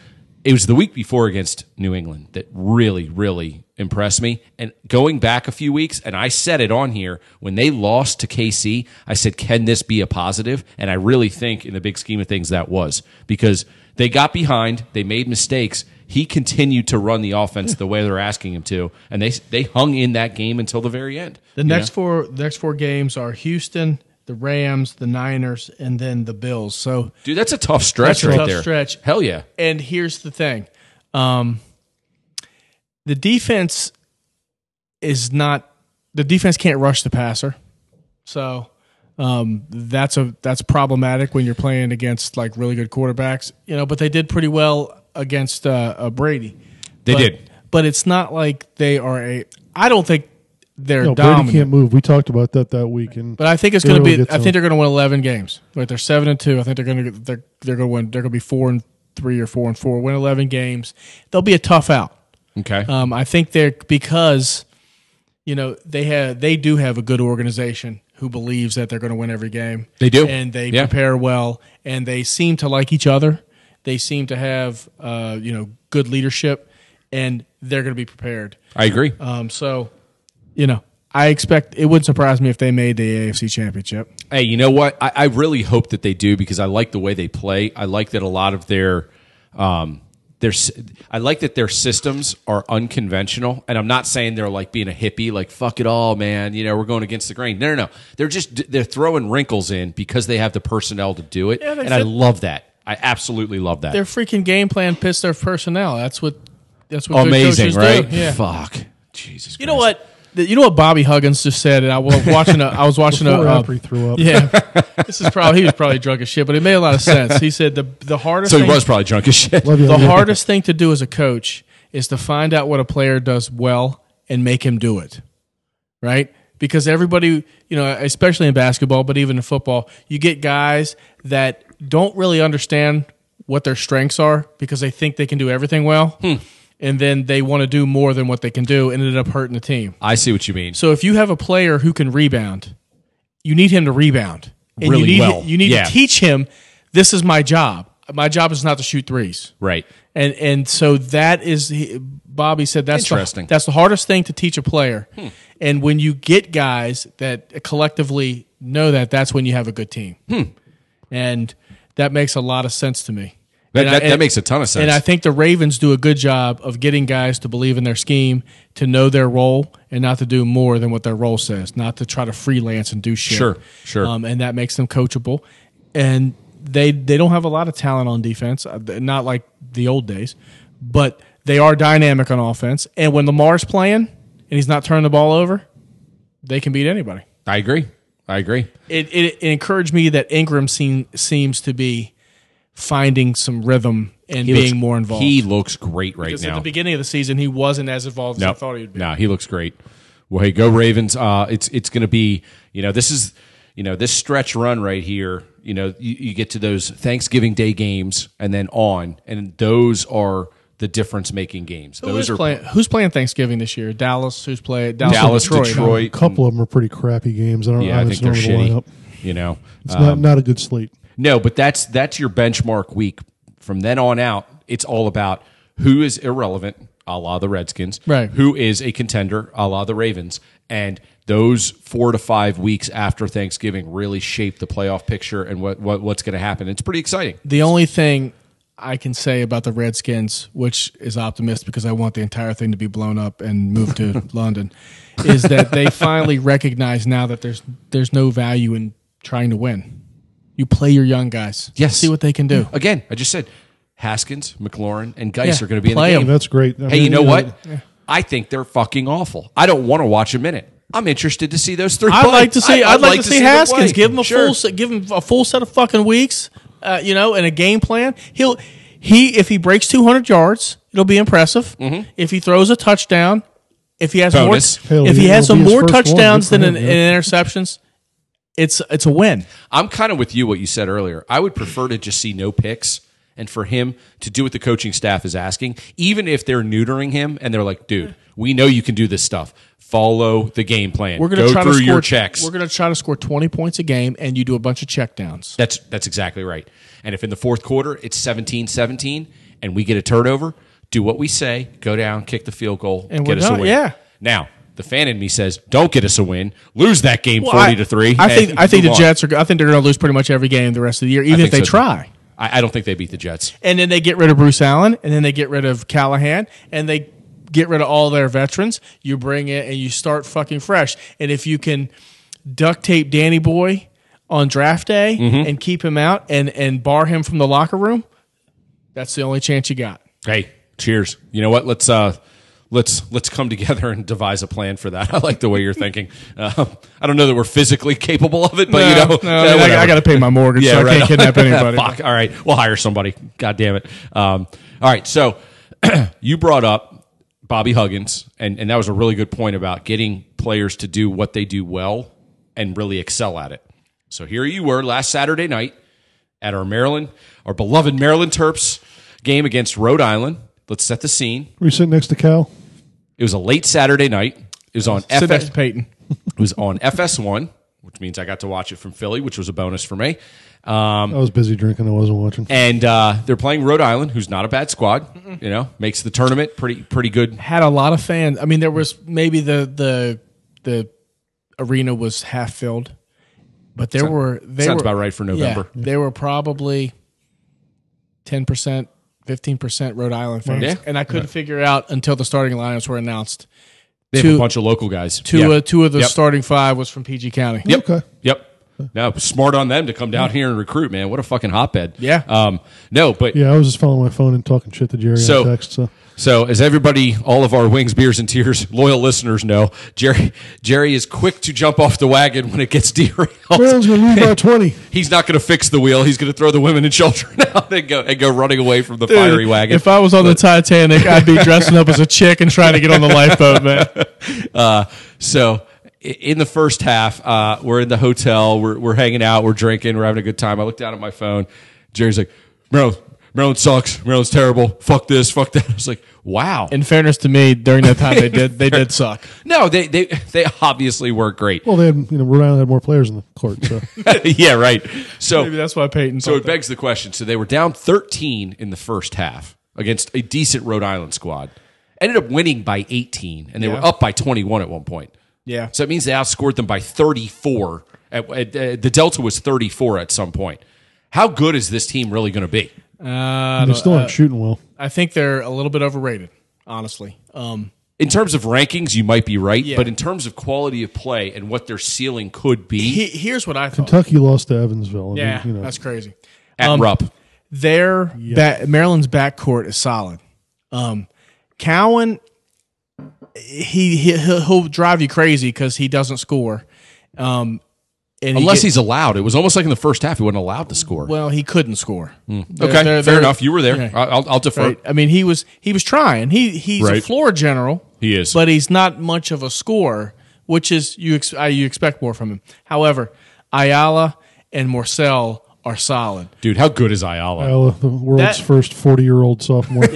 Speaker 1: It was the week before against New England that really, really impressed me. And going back a few weeks, and I said it on here when they lost to KC, I said, can this be a positive? And I really think, in the big scheme of things, that was because they got behind, they made mistakes. He continued to run the offense the way they're asking him to, and they they hung in that game until the very end.
Speaker 2: the next four the next four games are Houston, the Rams, the Niners, and then the Bills. So
Speaker 1: Dude, that's a tough stretch
Speaker 2: That's a
Speaker 1: right
Speaker 2: tough
Speaker 1: there.
Speaker 2: stretch.
Speaker 1: Hell yeah.
Speaker 2: and here's the thing um, the defense is not the defense can't rush the passer so um, that's a that's problematic when you're playing against like really good quarterbacks you know but they did pretty well against uh, uh, brady
Speaker 1: They
Speaker 2: But-
Speaker 1: did.
Speaker 2: but it's not like they are a i don't think they're
Speaker 3: No,
Speaker 2: dominant
Speaker 3: Brady can't move. We talked about that that week, and
Speaker 2: but I think it's
Speaker 3: They
Speaker 2: going to
Speaker 3: really
Speaker 2: be.
Speaker 3: get
Speaker 2: I
Speaker 3: some.
Speaker 2: think they're going to win eleven games. Like they're seven and two. I think they're going to. They're they're going to win. They're going to be four and three or four and four. Win eleven games. They'll be a tough out.
Speaker 1: Okay.
Speaker 2: Um, I think they're because, you know, they have they do have a good organization who believes that they're going to win every game.
Speaker 1: They do.
Speaker 2: and they
Speaker 1: Yeah.
Speaker 2: prepare well, and they seem to like each other. They seem to have, uh, you know, good leadership, and they're going to be prepared.
Speaker 1: I agree.
Speaker 2: Um, so, you know, I expect it would surprise me if they made the AFC Championship.
Speaker 1: Hey, you know what? I, I really hope that they do because I like the way they play. I like that a lot of their, um, their, s- I like that their systems are unconventional. And I'm not saying they're like being a hippie, like fuck it all, man. You know, we're going against the grain. No, no, no. They're just they're throwing wrinkles in because they have the personnel to do it.
Speaker 2: Yeah, they
Speaker 1: and I
Speaker 2: fit-
Speaker 1: love that. I absolutely love that.
Speaker 2: Their freaking game plan pissed their personnel. That's what. That's what good
Speaker 1: Amazing,
Speaker 2: coaches
Speaker 1: right?
Speaker 2: Do. Yeah.
Speaker 1: Fuck. Jesus.
Speaker 2: You know what? The- You know what Bobby Huggins just said, and I was watching. A, I was watching a.
Speaker 3: Before
Speaker 2: uh,
Speaker 3: Opry threw up.
Speaker 2: yeah, this is probably he was probably drunk as shit, but it made a lot of sense. He said the the hardest
Speaker 1: So he
Speaker 2: thing,
Speaker 1: was probably drunk as shit.
Speaker 3: Love you,
Speaker 2: the
Speaker 3: Andy.
Speaker 2: hardest thing to do as a coach is to find out what a player does well and make him do it, right? Because everybody, you know, especially in basketball, but even in football, you get guys that don't really understand what their strengths are because they think they can do everything well,
Speaker 1: Hmm.
Speaker 2: and then they want to do more than what they can do, and ended up hurting the team.
Speaker 1: I see what you mean.
Speaker 2: So if you have a player who can rebound, you need him to rebound. And you
Speaker 1: Really
Speaker 2: need,
Speaker 1: well.
Speaker 2: You need
Speaker 1: Yeah.
Speaker 2: to teach him this is my job. My job is not to shoot threes.
Speaker 1: Right.
Speaker 2: And and so that is he- Bobby said that's
Speaker 1: Interesting.
Speaker 2: The, that's the hardest thing to teach a player. And when you get guys that collectively know that, that's when you have a good team.
Speaker 1: Hmm.
Speaker 2: And that makes a lot of sense to me.
Speaker 1: That,
Speaker 2: And I-
Speaker 1: that, that
Speaker 2: and-
Speaker 1: makes a ton of sense.
Speaker 2: and I think the Ravens do a good job of getting guys to believe in their scheme, to know their role, and not to do more than what their role says, not to try to freelance and do shit.
Speaker 1: Sure, sure.
Speaker 2: Um, and that makes them coachable. And they they don't have a lot of talent on defense, uh, th- not like the old days, but they are dynamic on offense. And when Lamar's playing and he's not turning the ball over, they can beat anybody
Speaker 1: I agree. I agree.
Speaker 2: it, it, it encouraged me that Ingram seem, seems to be finding some rhythm and being
Speaker 1: looks-
Speaker 2: more involved.
Speaker 1: He looks great right
Speaker 2: because
Speaker 1: now.
Speaker 2: at the beginning of the season, he wasn't as involved
Speaker 1: No,
Speaker 2: as I thought he would be.
Speaker 1: No, he looks great. Well, hey, go Ravens. Uh, it's it's going to be you know this is you know this stretch run right here. You know you, you get to those Thanksgiving Day games and then on, and those are the difference making games.
Speaker 2: Who's
Speaker 1: those are
Speaker 2: playing, who's playing Thanksgiving this year? Dallas, who's playing Dallas,
Speaker 1: Dallas,
Speaker 2: Detroit.
Speaker 1: Detroit.
Speaker 3: A couple of them are pretty crappy games. I don't
Speaker 1: yeah, I think
Speaker 3: honestly
Speaker 1: they're
Speaker 3: don't know
Speaker 1: shitty.
Speaker 3: the
Speaker 1: Um,
Speaker 3: lineup.
Speaker 1: You know,
Speaker 3: It's not not a good slate.
Speaker 1: No, but that's that's your benchmark week. From then on out, it's all about who is irrelevant, a la the Redskins,
Speaker 2: Right.
Speaker 1: Who is a contender, a la the Ravens, and those four to five weeks after Thanksgiving really shape the playoff picture and what, what what's going to happen. It's pretty exciting.
Speaker 2: The only thing I can say about the Redskins, which is optimist because I want the entire thing to be blown up and moved to London, is that they finally recognize now that there's there's no value in trying to win. You play your young guys.
Speaker 1: Yes.
Speaker 2: See what they can do.
Speaker 1: Again, I just said Haskins, McLaurin, and Geis
Speaker 2: Yeah,
Speaker 1: are going to be in the
Speaker 2: play
Speaker 1: game.
Speaker 2: 'em.
Speaker 3: That's great. I
Speaker 1: Hey,
Speaker 3: mean, uh,
Speaker 1: you know what? I think they're fucking awful. I don't want to watch a minute. I'm interested to see those three.
Speaker 2: I'd
Speaker 1: play.
Speaker 2: like to see. I'd, like, to see,
Speaker 1: them play.
Speaker 2: Haskins give him a
Speaker 1: Sure.
Speaker 2: full set, give him a full set of fucking weeks, uh, you know, and a game plan. He'll he if he breaks 200 yards, it'll be impressive. If he throws a touchdown, if he has
Speaker 1: Mm-hmm. Bonus.
Speaker 2: more,
Speaker 3: Hell,
Speaker 2: if he
Speaker 3: yeah,
Speaker 2: has
Speaker 3: it'll
Speaker 2: some
Speaker 3: be his
Speaker 2: more
Speaker 3: first one.
Speaker 2: touchdowns
Speaker 3: Good for
Speaker 2: than an,
Speaker 3: him, yeah.
Speaker 2: an interceptions, it's it's a win.
Speaker 1: I'm kind of with you what you said earlier. I would prefer to just see no picks and for him to do what the coaching staff is asking, even if they're neutering him and they're like, dude, we know you can do this stuff. Follow the game plan.
Speaker 2: We're gonna
Speaker 1: Go
Speaker 2: try
Speaker 1: through
Speaker 2: to score
Speaker 1: your checks.
Speaker 2: We're gonna try to score 20 points a game, and you do a bunch of checkdowns.
Speaker 1: that's that's exactly right. And if in the fourth quarter it's 17-17 and we get a turnover, do what we say, go down, kick the field goal,
Speaker 2: And
Speaker 1: get
Speaker 2: we're
Speaker 1: us
Speaker 2: done,
Speaker 1: a win.
Speaker 2: yeah.
Speaker 1: Now, the fan in me says, don't get us a win. Lose that game
Speaker 2: Well,
Speaker 1: 40
Speaker 2: I-
Speaker 1: to 3.
Speaker 2: I think
Speaker 1: and
Speaker 2: I think the
Speaker 1: move on.
Speaker 2: Jets are. go- I think they're gonna lose pretty much every game the rest of the year, even
Speaker 1: I
Speaker 2: if they
Speaker 1: think so.
Speaker 2: try.
Speaker 1: I, I don't think they beat the Jets.
Speaker 2: and then they get rid of Bruce Allen, and then they get rid of Callahan, and they get rid of all their veterans. You bring it and you start fucking fresh. And if you can duct tape Danny Boy on draft day
Speaker 1: Mm-hmm.
Speaker 2: and keep him out and and bar him from the locker room, that's the only chance you got.
Speaker 1: Hey, cheers. You know what? Let's uh let's let's come together and devise a plan for that. I like the way you're thinking. Um, I don't know that we're physically capable of it, but you know,
Speaker 2: Uh, no,
Speaker 1: eh,
Speaker 2: I- I,
Speaker 1: whatever.
Speaker 2: got to pay my mortgage, so I
Speaker 1: right.
Speaker 2: can't kidnap anybody.
Speaker 1: Fuck. All right, we'll hire somebody. God damn it. Um, all right, so you brought up Bobby Huggins, and and that was a really good point about getting players to do what they do well and really excel at it. So here you were last Saturday night at our Maryland, our beloved Maryland Terps game against Rhode Island. Let's set the scene.
Speaker 3: Were you sitting next to Cal?
Speaker 1: It was a late Saturday night. It was on
Speaker 2: Sit next
Speaker 1: FS.
Speaker 2: to Peyton.
Speaker 1: It was on FS1, which means I got to watch it from Philly, which was a bonus for me. Um,
Speaker 3: I was busy drinking. I wasn't watching.
Speaker 1: and uh, they're playing Rhode Island, who's not a bad squad. You know, makes the tournament pretty pretty good.
Speaker 2: Had a lot of fans. I mean, there was maybe the the the arena was half filled, but there were they
Speaker 1: Sounds
Speaker 2: were,
Speaker 1: about right for November.
Speaker 2: Yeah, they were probably 10%, 15% Rhode Island fans.
Speaker 1: Yeah.
Speaker 2: And I couldn't figure out until the starting lineups were announced.
Speaker 1: They have
Speaker 2: Two-
Speaker 1: a bunch of local guys.
Speaker 2: Two,
Speaker 1: Yeah.
Speaker 2: uh, two of the
Speaker 1: Yep.
Speaker 2: starting five was from PG County.
Speaker 1: Yep.
Speaker 3: Okay.
Speaker 1: Yep. No, smart on them to come down here and recruit, man. What a fucking hotbed.
Speaker 2: Yeah.
Speaker 1: Um, no, but
Speaker 3: Yeah, I was just following my phone and talking shit to Jerry
Speaker 1: So-
Speaker 3: on text. So
Speaker 1: So, as everybody, all of our wings, beers, and tears, loyal listeners know, Jerry Jerry is quick to jump off the wagon when it gets derailed.
Speaker 3: Maryland's going to lose by twenty.
Speaker 1: He's not going to fix the wheel. He's going to throw the women and children out and go and go running away from the fiery wagon.
Speaker 2: If I was on the Titanic, I'd be dressing up as a chick and trying to get on the lifeboat, man.
Speaker 1: uh, so i- in the first half, uh, we're in the hotel, we're, we're hanging out, we're drinking, we're having a good time. I look down at my phone. Jerry's like, Maryland, Maryland sucks. Maryland's terrible. Fuck this. Fuck that. I was like, wow.
Speaker 2: In fairness to me, during that time they did they did suck.
Speaker 1: no, they they they obviously were great.
Speaker 3: Well, they had you know Rhode Island had more players in the court, so
Speaker 1: yeah, right. So
Speaker 2: Maybe that's why Peyton.
Speaker 1: So it
Speaker 2: thought that.
Speaker 1: begs the question. So they were down 13 in the first half against a decent Rhode Island squad. Ended up winning by 18, and they were
Speaker 2: Yeah.
Speaker 1: up by 21 at one point.
Speaker 2: Yeah.
Speaker 1: So it means they outscored them by 34. At, at- uh, the Delta was 34 at some point. How good is this team really going to be?
Speaker 2: Uh, I,
Speaker 3: they
Speaker 2: don't-
Speaker 3: still aren't shooting well.
Speaker 2: I think they're a little bit overrated, honestly. Um,
Speaker 1: In terms of rankings, you might be right, but in terms of quality of play and what their ceiling could be
Speaker 2: he, here's what I thought.
Speaker 3: Kentucky lost to Evansville. I mean,
Speaker 2: yeah,
Speaker 3: you know,
Speaker 2: that's crazy.
Speaker 1: at
Speaker 2: um,
Speaker 1: Rupp,
Speaker 2: Their ba- Maryland's backcourt is solid. Um, Cowan, he, he he'll, he'll drive you crazy because he doesn't score. Um, and he
Speaker 1: unless
Speaker 2: get-
Speaker 1: he's allowed. It was almost like in the first half, he wasn't allowed to score.
Speaker 2: well, he couldn't score. They're-
Speaker 1: okay,
Speaker 2: they're-
Speaker 1: fair
Speaker 2: they're-
Speaker 1: enough. You were there.
Speaker 2: Yeah.
Speaker 1: I- I'll, I'll defer.
Speaker 2: Right. I mean, he was he was trying. He he's a
Speaker 1: Right.
Speaker 2: floor general.
Speaker 1: He is.
Speaker 2: but he's not much of a scorer, which is you ex- uh, you expect more from him. However, Ayala and Morcel are solid.
Speaker 1: Dude, how good is Ayala?
Speaker 3: Iowa, the world's
Speaker 2: That-
Speaker 3: first forty-year-old sophomore.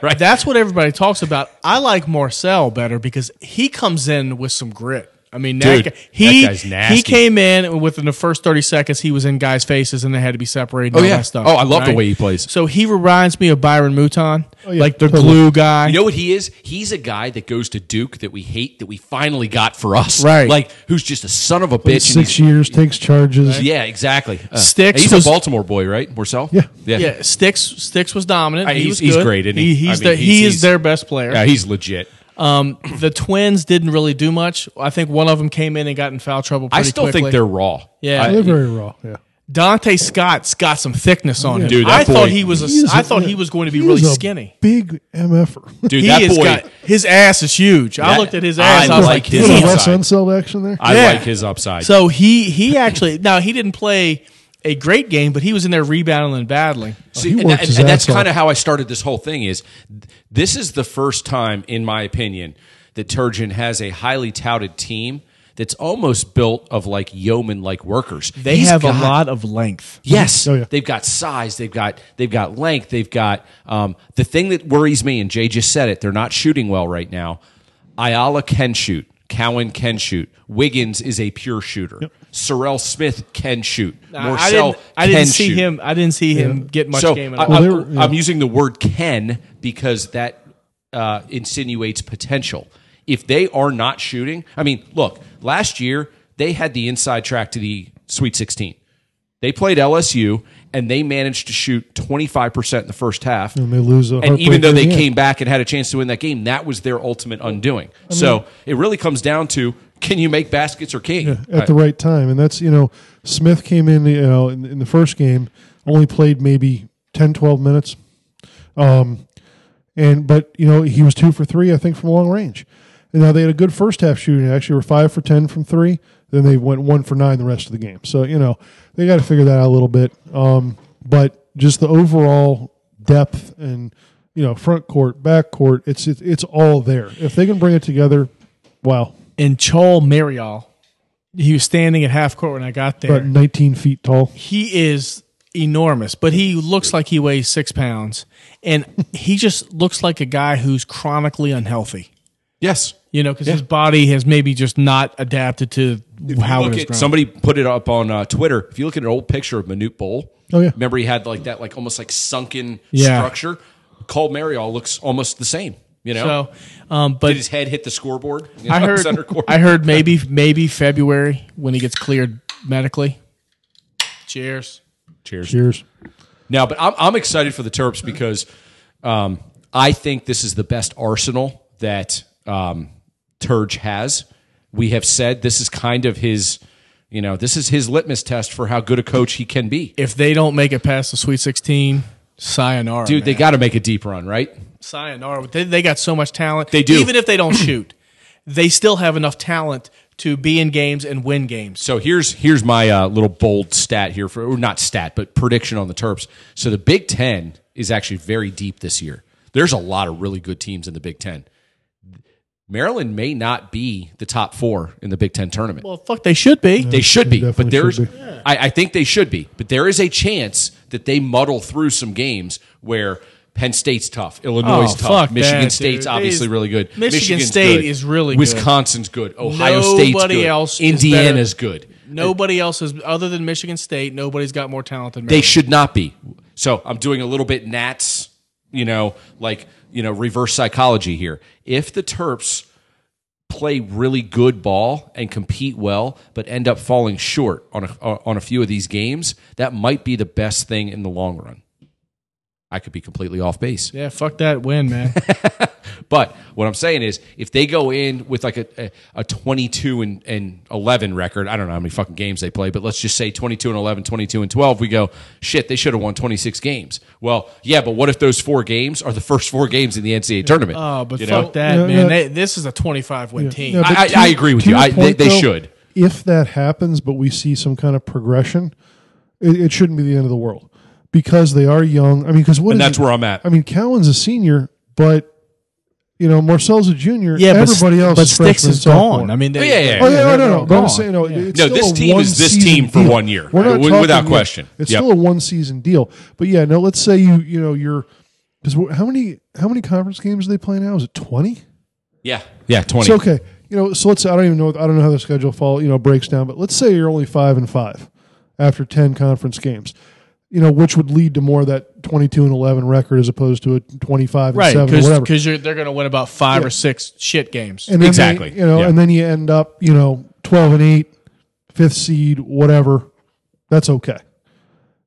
Speaker 2: Right. That's what everybody talks about. I like Marcel better because he comes in with some grit. I mean, that
Speaker 1: Dude,
Speaker 2: guy- he
Speaker 1: that guy's nasty.
Speaker 2: he came in and within the first thirty seconds he was in guys' faces and they had to be separated. Oh all
Speaker 1: yeah.
Speaker 2: that stuff.
Speaker 1: Oh, I love the way he plays.
Speaker 2: So he reminds me of Byron Mouton,
Speaker 3: Oh, yeah,
Speaker 2: like the
Speaker 3: totally.
Speaker 2: glue guy.
Speaker 1: You know what he is? He's a guy that goes to Duke that we hate that we finally got for us.
Speaker 2: Right.
Speaker 1: Like who's just a son of a bitch. and
Speaker 3: Six
Speaker 1: he's-
Speaker 3: years takes charges.
Speaker 1: Yeah, exactly. Uh,
Speaker 2: Sticks
Speaker 1: He's
Speaker 2: was-
Speaker 1: a Baltimore boy, right? Marcel.
Speaker 3: Yeah.
Speaker 1: yeah,
Speaker 2: Yeah, Sticks Sticks was dominant.
Speaker 1: Uh,
Speaker 2: he
Speaker 1: he's-
Speaker 2: was
Speaker 1: he's
Speaker 2: good.
Speaker 1: great, isn't he?
Speaker 2: he's
Speaker 1: I mean,
Speaker 2: the,
Speaker 1: he's-
Speaker 2: he is
Speaker 1: he's-
Speaker 2: their best player.
Speaker 1: Yeah, he's legit.
Speaker 2: um, the Twins didn't really do much. I think one of them came in and got in foul trouble. Pretty
Speaker 1: I still
Speaker 2: quickly.
Speaker 1: think they're raw.
Speaker 2: Yeah.
Speaker 1: I-
Speaker 3: They're very raw. Yeah,
Speaker 2: Dante Scott's got some thickness on him.
Speaker 1: Dude, that
Speaker 2: I thought
Speaker 1: boy-
Speaker 2: he was. A,
Speaker 3: He is
Speaker 2: I
Speaker 3: a-
Speaker 2: thought he was going to be
Speaker 3: he
Speaker 2: really
Speaker 3: is a
Speaker 2: skinny.
Speaker 3: Big mf'er.
Speaker 1: dude,
Speaker 2: he
Speaker 1: that
Speaker 2: has
Speaker 1: boy.
Speaker 2: got his ass is huge. I
Speaker 1: That-
Speaker 2: looked at his
Speaker 1: I
Speaker 2: ass. I, was like,
Speaker 1: like his
Speaker 2: "Damn."
Speaker 1: ass.
Speaker 3: Wes Unseld action there.
Speaker 1: I
Speaker 2: Yeah.
Speaker 1: like his upside.
Speaker 2: so he he actually now he didn't play a great game, but he was in there rebounding and battling.
Speaker 1: See,
Speaker 3: he
Speaker 1: and,
Speaker 3: works
Speaker 1: and-
Speaker 3: his
Speaker 1: and that's
Speaker 3: ass off.
Speaker 1: kind of how I started this whole thing. Is th- this is the first time, in my opinion, that Turgeon has a highly touted team that's almost built of like yeoman like workers.
Speaker 2: They
Speaker 1: He's
Speaker 2: have
Speaker 1: got-
Speaker 2: a lot of length.
Speaker 1: Yes,
Speaker 3: Oh, yeah.
Speaker 1: they've got size, they've got they've got length, they've got um, the thing that worries me. And Jay just said it; they're not shooting well right now. Ayala can shoot, Cowan can shoot, Wiggins is a pure shooter. Sorrell Smith can shoot. Morcel
Speaker 2: I didn't, I didn't
Speaker 1: can
Speaker 2: see
Speaker 1: shoot.
Speaker 2: him. I didn't see him get much
Speaker 1: so
Speaker 2: game at
Speaker 1: I,
Speaker 2: all.
Speaker 3: Well, they
Speaker 1: am
Speaker 3: were- yeah.
Speaker 1: using the word "can" because that uh, insinuates potential. If they are not shooting, I mean, look, last year they had the inside track to the Sweet 16. They played LSU and they managed to shoot 25% in the first half.
Speaker 3: And Mm-hmm. they lose a
Speaker 1: And even though
Speaker 3: heartbreaker
Speaker 1: they
Speaker 3: in the end.
Speaker 1: came back and had a chance to win that game, that was their ultimate undoing. so it really comes down to can you make baskets or can you? Uh,
Speaker 3: at the right time. And that's, you know, Smith came in, you know, in, in the first game, only played maybe 10, 12 minutes. Um, and, but, you know, he was two for three, I think, from long range. And now they had a good first half shooting. Actually, were five for 10 from three. Then they went one for nine the rest of the game. So, you know, they got to figure that out a little bit. Um, but just the overall depth and, you know, front court, back court, it's, it's, it's all there. If they can bring it together, wow.
Speaker 2: and Chol Marial, he was standing at half court when I got there.
Speaker 3: About 19 feet tall.
Speaker 2: he is enormous, but he looks like he weighs six pounds, and he just looks like a guy who's chronically unhealthy.
Speaker 1: Yes.
Speaker 2: You know, because his body has maybe just not adapted to how
Speaker 1: look
Speaker 2: it is
Speaker 1: at-
Speaker 2: grown.
Speaker 1: somebody put it up on uh, Twitter. If you look at an old picture of Manute Bowl,
Speaker 3: Oh, yeah.
Speaker 1: remember he had like that, like almost like sunken
Speaker 2: Yeah.
Speaker 1: structure. Cole Mariol looks almost the same. You know,
Speaker 2: so, um,
Speaker 1: did
Speaker 2: but
Speaker 1: his head hit the scoreboard? You
Speaker 2: I
Speaker 1: know,
Speaker 2: heard,
Speaker 1: center court.
Speaker 2: I heard maybe maybe February when he gets cleared medically. Cheers.
Speaker 1: Cheers.
Speaker 3: Cheers.
Speaker 1: No, but I'm, I'm excited for the Terps because um, I think this is the best arsenal that um, Turge has. We have said this is kind of his, you know, this is his litmus test for how good a coach he can be.
Speaker 2: If they don't make it past the Sweet Sixteen, sayonara,
Speaker 1: Dude, they
Speaker 2: man.
Speaker 1: got to make a deep run, right?
Speaker 2: sayonara. They, they got so much talent.
Speaker 1: They do.
Speaker 2: Even if they don't shoot, they still have enough talent to be in games and win games.
Speaker 1: So here's here's my uh, little bold stat here for or not stat but prediction on the Terps. So the Big Ten is actually very deep this year. There's a lot of really good teams in the Big Ten. Maryland may not be the top four in the Big Ten tournament.
Speaker 2: Well, fuck, they should be.
Speaker 1: they should be,
Speaker 3: definitely
Speaker 1: but there's
Speaker 3: should be.
Speaker 1: I, I think they should be, but there is a chance that they muddle through some games where Penn State's tough, Illinois'
Speaker 2: Oh,
Speaker 1: tough,
Speaker 2: fuck
Speaker 1: Michigan
Speaker 2: that, dude.
Speaker 1: State's obviously
Speaker 2: These-
Speaker 1: really good.
Speaker 2: Michigan
Speaker 1: Michigan's
Speaker 2: State
Speaker 1: good.
Speaker 2: is really good.
Speaker 1: Wisconsin's good. Ohio State's
Speaker 2: Nobody
Speaker 1: good.
Speaker 2: else is
Speaker 1: Indiana's good.
Speaker 2: Nobody else is other than Michigan State. Nobody's got more talent than
Speaker 1: They
Speaker 2: Maryland.
Speaker 1: should not be. So I'm doing a little bit Nats, you know, like you know, reverse psychology here. If the Terps play really good ball and compete well, but end up falling short on a, uh, on a few of these games, that might be the best thing in the long run. I could be completely off base.
Speaker 2: yeah, fuck that win, man.
Speaker 1: But what I'm saying is, if they go in with like a, a, a 22 and, and 11 record, I don't know how many fucking games they play, but let's just say 22 and 11, 22 and 12, we go, shit, they should have won 26 games. Well, yeah, but what if those four games are the first four games in the NCAA tournament?
Speaker 2: oh, but
Speaker 1: You know?
Speaker 2: fuck that,
Speaker 3: Yeah,
Speaker 2: man.
Speaker 3: yeah.
Speaker 2: They, this is a twenty-five win team.
Speaker 3: Yeah, but
Speaker 1: I-
Speaker 3: to-
Speaker 1: I agree with
Speaker 3: to
Speaker 1: you.
Speaker 3: your
Speaker 1: I- they- they should.
Speaker 3: If that happens, but we see some kind of progression, it, it shouldn't be the end of the world because they are young. I mean, because what?
Speaker 1: And
Speaker 3: is
Speaker 1: that's
Speaker 3: it-
Speaker 1: where I'm at.
Speaker 3: I mean, Cowan's a senior, but you know, Marcel's a junior.
Speaker 2: Yeah, but
Speaker 3: everybody else.
Speaker 2: But
Speaker 3: is freshman,
Speaker 2: Sticks is
Speaker 3: sophomore.
Speaker 2: gone. I mean, they,
Speaker 1: Oh, yeah, yeah,
Speaker 3: Oh yeah, no,
Speaker 2: they're-
Speaker 3: no,
Speaker 2: they're
Speaker 3: no. But I'm
Speaker 2: gone.
Speaker 3: saying no. It's
Speaker 1: No,
Speaker 3: still
Speaker 1: this
Speaker 3: a
Speaker 1: team is this
Speaker 3: one-season
Speaker 1: team for
Speaker 3: deal.
Speaker 1: one year.
Speaker 3: We're not
Speaker 1: Wi-
Speaker 3: talking-
Speaker 1: without
Speaker 3: yeah,
Speaker 1: question.
Speaker 3: It's
Speaker 1: Yep.
Speaker 3: still a one season deal. But yeah, no. Let's say you you know you're because how many how many conference games are they play now? Is it twenty?
Speaker 1: yeah, yeah, 20.
Speaker 3: So okay, you know, so let's. I don't even know. I don't know how the schedule fall. You know, breaks down. But let's say you're only five and five after ten conference games. You know, which would lead to more of that twenty-two and eleven record as opposed to a twenty-five and
Speaker 2: right?
Speaker 3: seven or whatever.
Speaker 2: Because they're going to win about five or six shit games.
Speaker 3: And then
Speaker 1: Exactly.
Speaker 3: they- you know,
Speaker 1: Yeah.
Speaker 3: and then you end up, you know, 12 and 8, fifth seed, whatever. That's okay.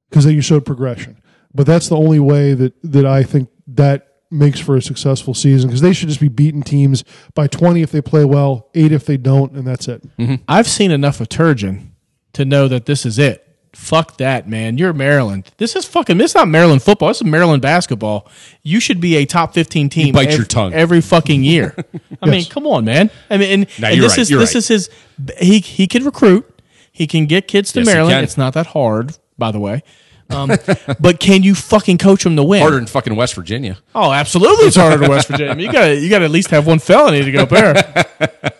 Speaker 3: Because then you showed progression. But that's the only way that, that I think that makes for a successful season because they should just be beating teams by 20 if they play well, 8 if they don't, and that's it.
Speaker 2: I've seen enough of Turgeon to know that this is it. Fuck that, man. You're Maryland. This is fucking. This is not Maryland football. This is Maryland basketball. You should be a top fifteen team.
Speaker 1: bite
Speaker 2: ev-
Speaker 1: your tongue.
Speaker 2: every fucking year. I mean, come on, man. I mean, and,
Speaker 1: No,
Speaker 2: and
Speaker 1: you're
Speaker 2: this
Speaker 1: right,
Speaker 2: is
Speaker 1: you're
Speaker 2: this
Speaker 1: right.
Speaker 2: is his. He he can recruit. He can get kids to
Speaker 1: Yes, he can.
Speaker 2: Maryland. It's not that hard, by the way. Um, but can you fucking coach them to win?
Speaker 1: Harder than fucking West Virginia.
Speaker 2: Oh, absolutely, it's harder to West Virginia. I mean, you got you got to at least have one felony to go up there.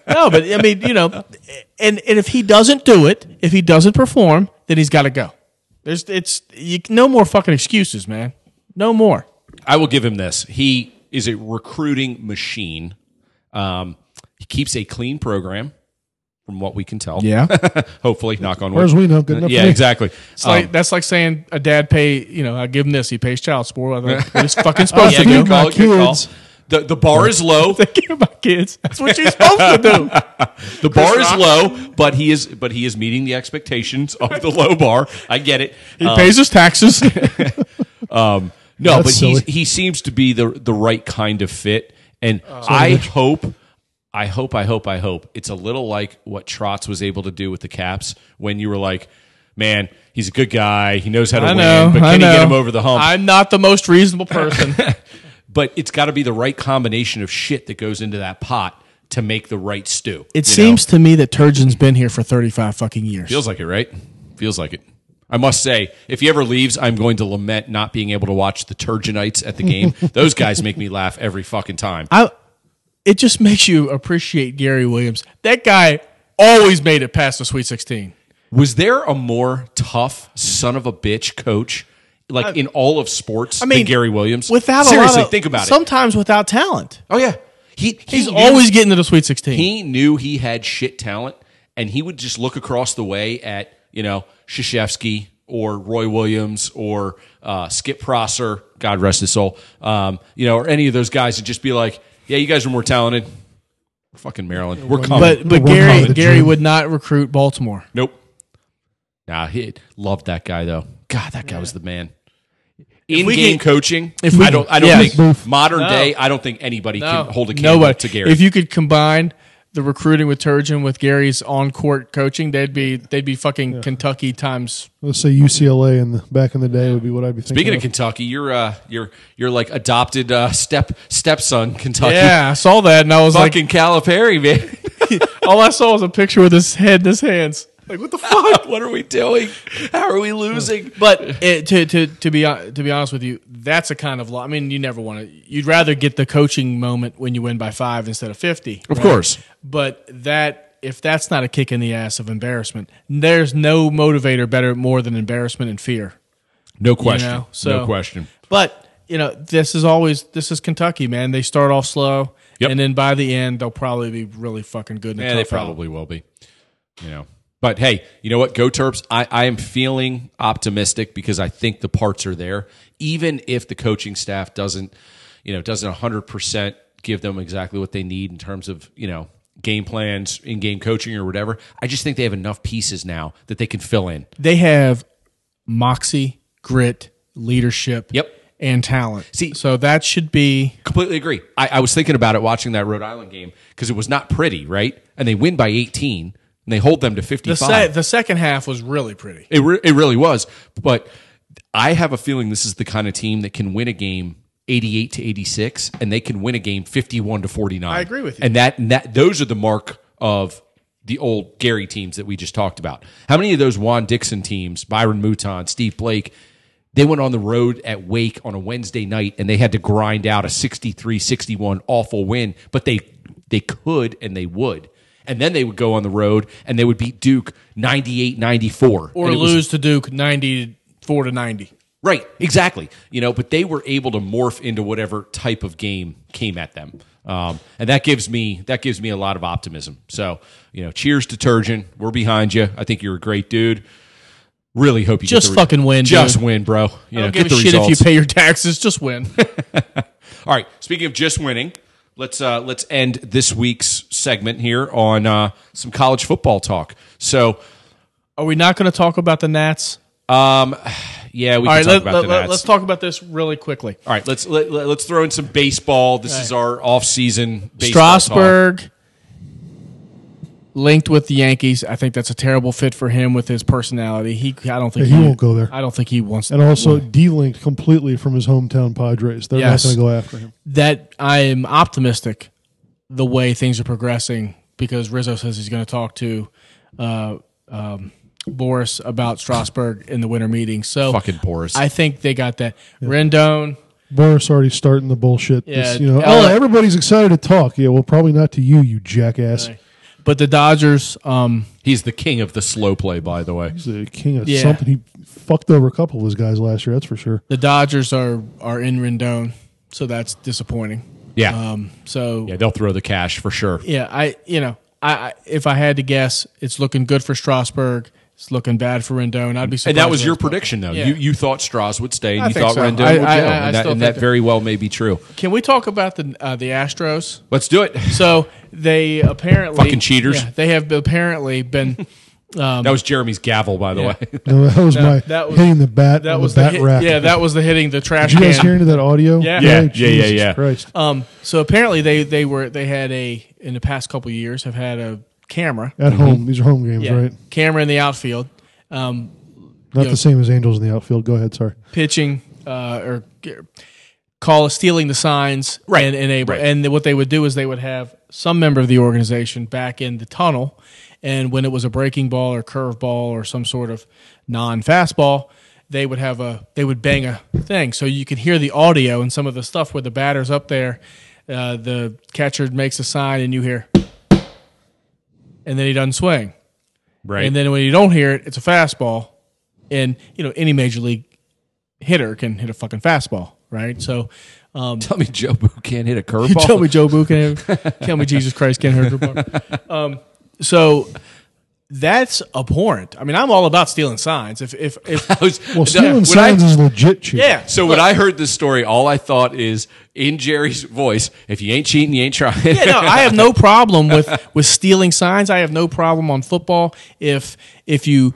Speaker 2: No, but I mean, you know, and and if he doesn't do it, if he doesn't perform, then he's got to go. There's it's you, no more fucking excuses, man. No more.
Speaker 1: I will give him this. He is a recruiting machine. Um, he keeps a clean program, from what we can tell. Hopefully, knock on wood. Uh,
Speaker 3: As we know, good enough.
Speaker 1: yeah,
Speaker 3: for me.
Speaker 1: exactly.
Speaker 2: It's like, that's like saying a dad pay. You know, I give him this. He pays child support. I think he's fucking supposed
Speaker 1: Oh, yeah,
Speaker 2: to do.
Speaker 1: good
Speaker 3: my
Speaker 1: call, good call.
Speaker 3: kids.
Speaker 1: The, the bar is low.
Speaker 2: Thinking about kids. That's what you're supposed to do.
Speaker 1: The bar is low, but he is but he is meeting the expectations of the low bar. I get it. Uh,
Speaker 2: He pays his taxes.
Speaker 1: No, but
Speaker 3: That's
Speaker 1: he
Speaker 3: silly.
Speaker 1: he seems to be the the right kind of fit, and
Speaker 2: Uh,
Speaker 1: I hope, I hope, I hope, I hope it's a little like what Trotz was able to do with the Caps when you were like, man, he's a good guy, he knows how to
Speaker 2: I
Speaker 1: win,
Speaker 2: know.
Speaker 1: but can
Speaker 2: I
Speaker 1: he get
Speaker 2: know.
Speaker 1: him over the hump?
Speaker 2: I'm not the most reasonable person.
Speaker 1: but it's got to be the right combination of shit that goes into that pot to make the right stew.
Speaker 2: It
Speaker 1: you know?
Speaker 2: seems to me that Turgeon's been here for 35 fucking years.
Speaker 1: feels like it, right? Feels like it. I must say, if he ever leaves, I'm going to lament not being able to watch the Turgeonites at the game. Those guys make me laugh every fucking time.
Speaker 2: I, it just makes you appreciate Gary Williams. That guy always made it past the Sweet 16.
Speaker 1: Was there a more tough son of a bitch coach, like in all of sports,
Speaker 2: Uh, I mean,
Speaker 1: than Gary Williams?
Speaker 2: Without a lot
Speaker 1: seriously,
Speaker 2: of-
Speaker 1: think about it.
Speaker 2: Sometimes without talent,
Speaker 1: Oh yeah, he, he
Speaker 2: he's
Speaker 1: knew-
Speaker 2: always getting to the Sweet 16.
Speaker 1: he knew he had shit talent, and he would just look across the way at you know Shashevsky or Roy Williams or uh, Skip Prosser, God rest his soul, um, you know, or any of those guys, and just be like, "Yeah, you guys are more talented." Fucking Maryland, we're coming.
Speaker 2: but but
Speaker 3: We're out of
Speaker 2: Gary
Speaker 3: the
Speaker 2: Gary
Speaker 3: gym.
Speaker 2: would not recruit Baltimore.
Speaker 1: Nope. Nah, he loved that guy though. God, that guy was the man. In
Speaker 2: we
Speaker 1: game
Speaker 2: can-
Speaker 1: coaching,
Speaker 2: if we
Speaker 1: I don't,
Speaker 2: can-
Speaker 1: I don't
Speaker 2: yes.
Speaker 1: think modern day, I don't think anybody can hold a candle
Speaker 2: Oh. Nobody.
Speaker 1: to Gary.
Speaker 2: If you could combine the recruiting with Turgeon with Gary's on court coaching, they'd be they'd be fucking Kentucky times.
Speaker 3: Let's say UCLA in the, back in the day would be what I'd be thinking.
Speaker 1: Speaking of
Speaker 3: of.
Speaker 1: Kentucky, you're uh, you're you're like adopted uh, step stepson Kentucky.
Speaker 2: Yeah, I saw that and I was like,
Speaker 1: fucking Calipari, man.
Speaker 2: all I saw was a picture with his head in his hands.
Speaker 1: like what the fuck? what are we doing? How are we losing?
Speaker 2: But it, to to to be hon- to be honest with you, that's a kind of law. I mean, you never want to. You'd rather get the coaching moment when you win by five instead of fifty.
Speaker 1: of course,
Speaker 2: But that if that's not a kick in the ass of embarrassment, there's no motivator better more than embarrassment and fear.
Speaker 1: no
Speaker 2: You
Speaker 1: question,
Speaker 2: know? So
Speaker 1: no question.
Speaker 2: But you know, this is always this is Kentucky, man. They start off slow,
Speaker 1: Yep.
Speaker 2: and then by the end, they'll probably be really fucking good. In
Speaker 1: Yeah, they probably will be. You know. But hey, you know what? Go Terps. I, I am feeling optimistic because I think the parts are there. Even if the coaching staff doesn't, you know, doesn't hundred percent give them exactly what they need in terms of, you know, game plans, in game coaching or whatever. I just think they have enough pieces now that they can fill in.
Speaker 2: They have moxie, grit, leadership,
Speaker 1: Yep.
Speaker 2: and talent.
Speaker 1: See-
Speaker 2: so that should be
Speaker 1: Completely agree. I, I was thinking about it watching that Rhode Island game because it was not pretty, right? And they win by eighteen and they hold them to fifty
Speaker 2: the
Speaker 1: five.
Speaker 2: se- the second half was really pretty.
Speaker 1: It, re- it really was. But I have a feeling this is the kind of team that can win a game 88 to 86, and they can win a game 51 to 49. I
Speaker 2: agree with you.
Speaker 1: And that, and that those are the mark of the old Gary teams that we just talked about. How many of those Juan Dixon teams, Byron Mouton, Steve Blake, they went on the road at Wake on a Wednesday night and they had to grind out a 63-61 awful win, but they they could and they would. And then they would go on the road and they would beat Duke 98-94
Speaker 2: Or
Speaker 1: And it was-
Speaker 2: lose to Duke ninety four to ninety.
Speaker 1: Right, exactly. You know, but they were able to morph into whatever type of game came at them, um, and that gives me that gives me a lot of optimism. So, you know, cheers to Turgeon. We're behind you. I think you're a great dude. Really hope you
Speaker 2: Just
Speaker 1: get the
Speaker 2: fucking win,
Speaker 1: Just
Speaker 2: dude.
Speaker 1: win, bro. You know,
Speaker 2: Don't give
Speaker 1: get
Speaker 2: a
Speaker 1: the
Speaker 2: shit
Speaker 1: results.
Speaker 2: if you pay your taxes. Just win.
Speaker 1: All right. Speaking of just winning, let's uh, let's end this week's segment here on uh, some college football talk. So,
Speaker 2: Are we not going to talk about the Nats?
Speaker 1: yeah, we
Speaker 2: All
Speaker 1: can
Speaker 2: right,
Speaker 1: talk
Speaker 2: let,
Speaker 1: about the Nats.
Speaker 2: us talk about this really quickly.
Speaker 1: All right, let's let, let- let's throw in some baseball. This is our off-season baseball talk.
Speaker 2: Strasburg linked with the Yankees. I think that's a terrible fit for him with his personality. He, I don't think
Speaker 3: Yeah, he won't go there.
Speaker 2: I don't think he wants
Speaker 3: And also de-linked completely from his hometown Padres. They're
Speaker 2: Yes.
Speaker 3: not going to go after him.
Speaker 2: that. I am optimistic the way things are progressing because Rizzo says he's going to talk to uh, um, Boris about Strasburg in the winter meeting. So
Speaker 1: Fucking Boris.
Speaker 2: Oh, I think they got that Rendon.
Speaker 3: Boris already starting the bullshit. this,
Speaker 2: Yeah,
Speaker 3: you know,
Speaker 2: L-
Speaker 3: oh, everybody's excited to talk. Yeah, well, probably not to you, you jackass.
Speaker 2: But the Dodgers, um,
Speaker 1: He's the king of the slow play, by the way.
Speaker 3: He's the king of
Speaker 2: Yeah.
Speaker 3: something. He fucked over a couple of his guys last year. That's for sure.
Speaker 2: the Dodgers are are in Rendon, so that's disappointing.
Speaker 1: Yeah,
Speaker 2: Um, so
Speaker 1: yeah, they'll throw the cash for sure.
Speaker 2: yeah, I you know I, I if I had to guess, it's looking good for Strasburg. It's looking bad for Rendon. I'd be
Speaker 1: And
Speaker 2: surprised.
Speaker 1: that was
Speaker 2: if
Speaker 1: your
Speaker 2: it's-
Speaker 1: prediction, though.
Speaker 2: Yeah.
Speaker 1: You you thought Strauss would stay, and
Speaker 2: I
Speaker 1: you
Speaker 2: think
Speaker 1: thought
Speaker 2: so.
Speaker 1: Rendon
Speaker 2: I-
Speaker 1: would go,
Speaker 2: I- I
Speaker 1: and that,
Speaker 2: still
Speaker 1: and
Speaker 2: think
Speaker 1: that
Speaker 2: that-
Speaker 1: very well may be true.
Speaker 2: Can we talk about the uh, the Astros?
Speaker 1: Let's do it.
Speaker 2: So they apparently
Speaker 1: Fucking cheaters.
Speaker 2: Yeah, they have apparently been.
Speaker 1: That was Jeremy's gavel, by the
Speaker 2: Um, Yeah.
Speaker 1: way.
Speaker 3: No, that was my
Speaker 2: that was-
Speaker 3: hitting the bat.
Speaker 2: That
Speaker 3: on
Speaker 2: was
Speaker 3: the
Speaker 2: the
Speaker 3: bat
Speaker 2: hit,
Speaker 3: rack.
Speaker 2: yeah. That was the hitting the trash
Speaker 3: Did you guys
Speaker 2: can.
Speaker 3: hear into that audio?
Speaker 2: Yeah.
Speaker 1: Yeah,
Speaker 3: Right?
Speaker 1: yeah, yeah,
Speaker 3: Jesus
Speaker 1: yeah.
Speaker 3: Christ.
Speaker 2: Um, so apparently they they were they had a in the past couple years have had a camera
Speaker 3: At home, these are home games,
Speaker 2: yeah,
Speaker 3: right?
Speaker 2: camera in the outfield. Um,
Speaker 3: Not
Speaker 2: Yeah.
Speaker 3: the same as Angels in the outfield. Go ahead. Sorry.
Speaker 2: pitching uh, or g- call stealing the signs
Speaker 1: Right,
Speaker 2: and enable
Speaker 1: right.
Speaker 2: and what they would do is they would have some member of the organization back in the tunnel and when it was a breaking ball or curve ball or some sort of non-fastball they would have a they would bang a thing so you could hear the audio and some of the stuff where the batter's up there uh, the catcher makes a sign and you hear and then he doesn't swing
Speaker 1: Right.
Speaker 2: and then when you don't hear it, it's a fastball. And you know any major league hitter can hit a fucking fastball, right? So um,
Speaker 1: tell me Joe Boo can't hit a
Speaker 2: you tell
Speaker 1: curveball.
Speaker 2: me Joe Boo can tell me Jesus Christ can't hurt a bar. Um, so that's abhorrent. I mean, I'm all about stealing signs. If if if
Speaker 1: I was-
Speaker 3: Well, stealing
Speaker 1: uh, when I-
Speaker 3: signs is legit cheating.
Speaker 2: yeah,
Speaker 1: So when I heard this story, all I thought is in Jerry's voice: "If you ain't cheating, you ain't trying."
Speaker 2: yeah, no, I have no problem with with stealing signs. I have no problem on football if if you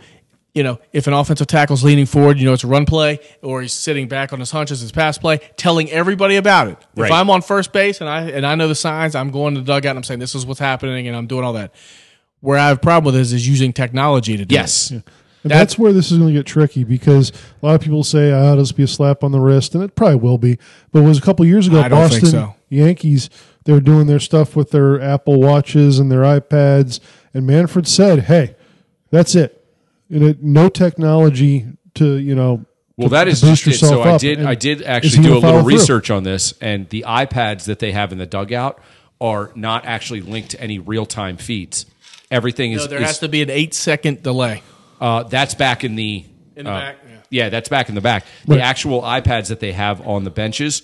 Speaker 2: you know if an offensive tackle's leaning forward, you know it's a run play, or he's sitting back on his haunches, it's a pass play, telling everybody about it.
Speaker 1: Right.
Speaker 2: If I'm on first base and I and I know the signs, I'm going to the dugout and I'm saying this is what's happening, and I'm doing all that. Where I have a problem with is is using technology to do it.
Speaker 1: yes,
Speaker 3: And that's where this is going to get tricky because a lot of people say, "Ah, it'll just be a slap on the wrist," and it probably will be. But it was a couple years ago,
Speaker 2: I don't
Speaker 3: Boston
Speaker 2: think so.
Speaker 3: Yankees, they were doing their stuff with their Apple watches and their iPads, and Manfred said, "Hey, that's it. You know, no technology to you know."
Speaker 1: Well,
Speaker 3: to-
Speaker 1: that
Speaker 3: to
Speaker 1: is
Speaker 3: boost
Speaker 1: just it. So
Speaker 3: yourself
Speaker 1: I
Speaker 3: up."
Speaker 1: did.
Speaker 3: And
Speaker 1: I did
Speaker 3: is
Speaker 1: actually
Speaker 3: he
Speaker 1: do
Speaker 3: gonna
Speaker 1: a little
Speaker 3: follow through?
Speaker 1: research on this, and the iPads that they have in the dugout are not actually linked to any real time feeds. Everything is,
Speaker 2: So there
Speaker 1: is-
Speaker 2: has to be an eight second delay
Speaker 1: uh, that's back in the,
Speaker 2: in the
Speaker 1: uh,
Speaker 2: back. Yeah.
Speaker 1: Yeah, that's back in the back. The
Speaker 3: Right.
Speaker 1: actual iPads that they have on the benches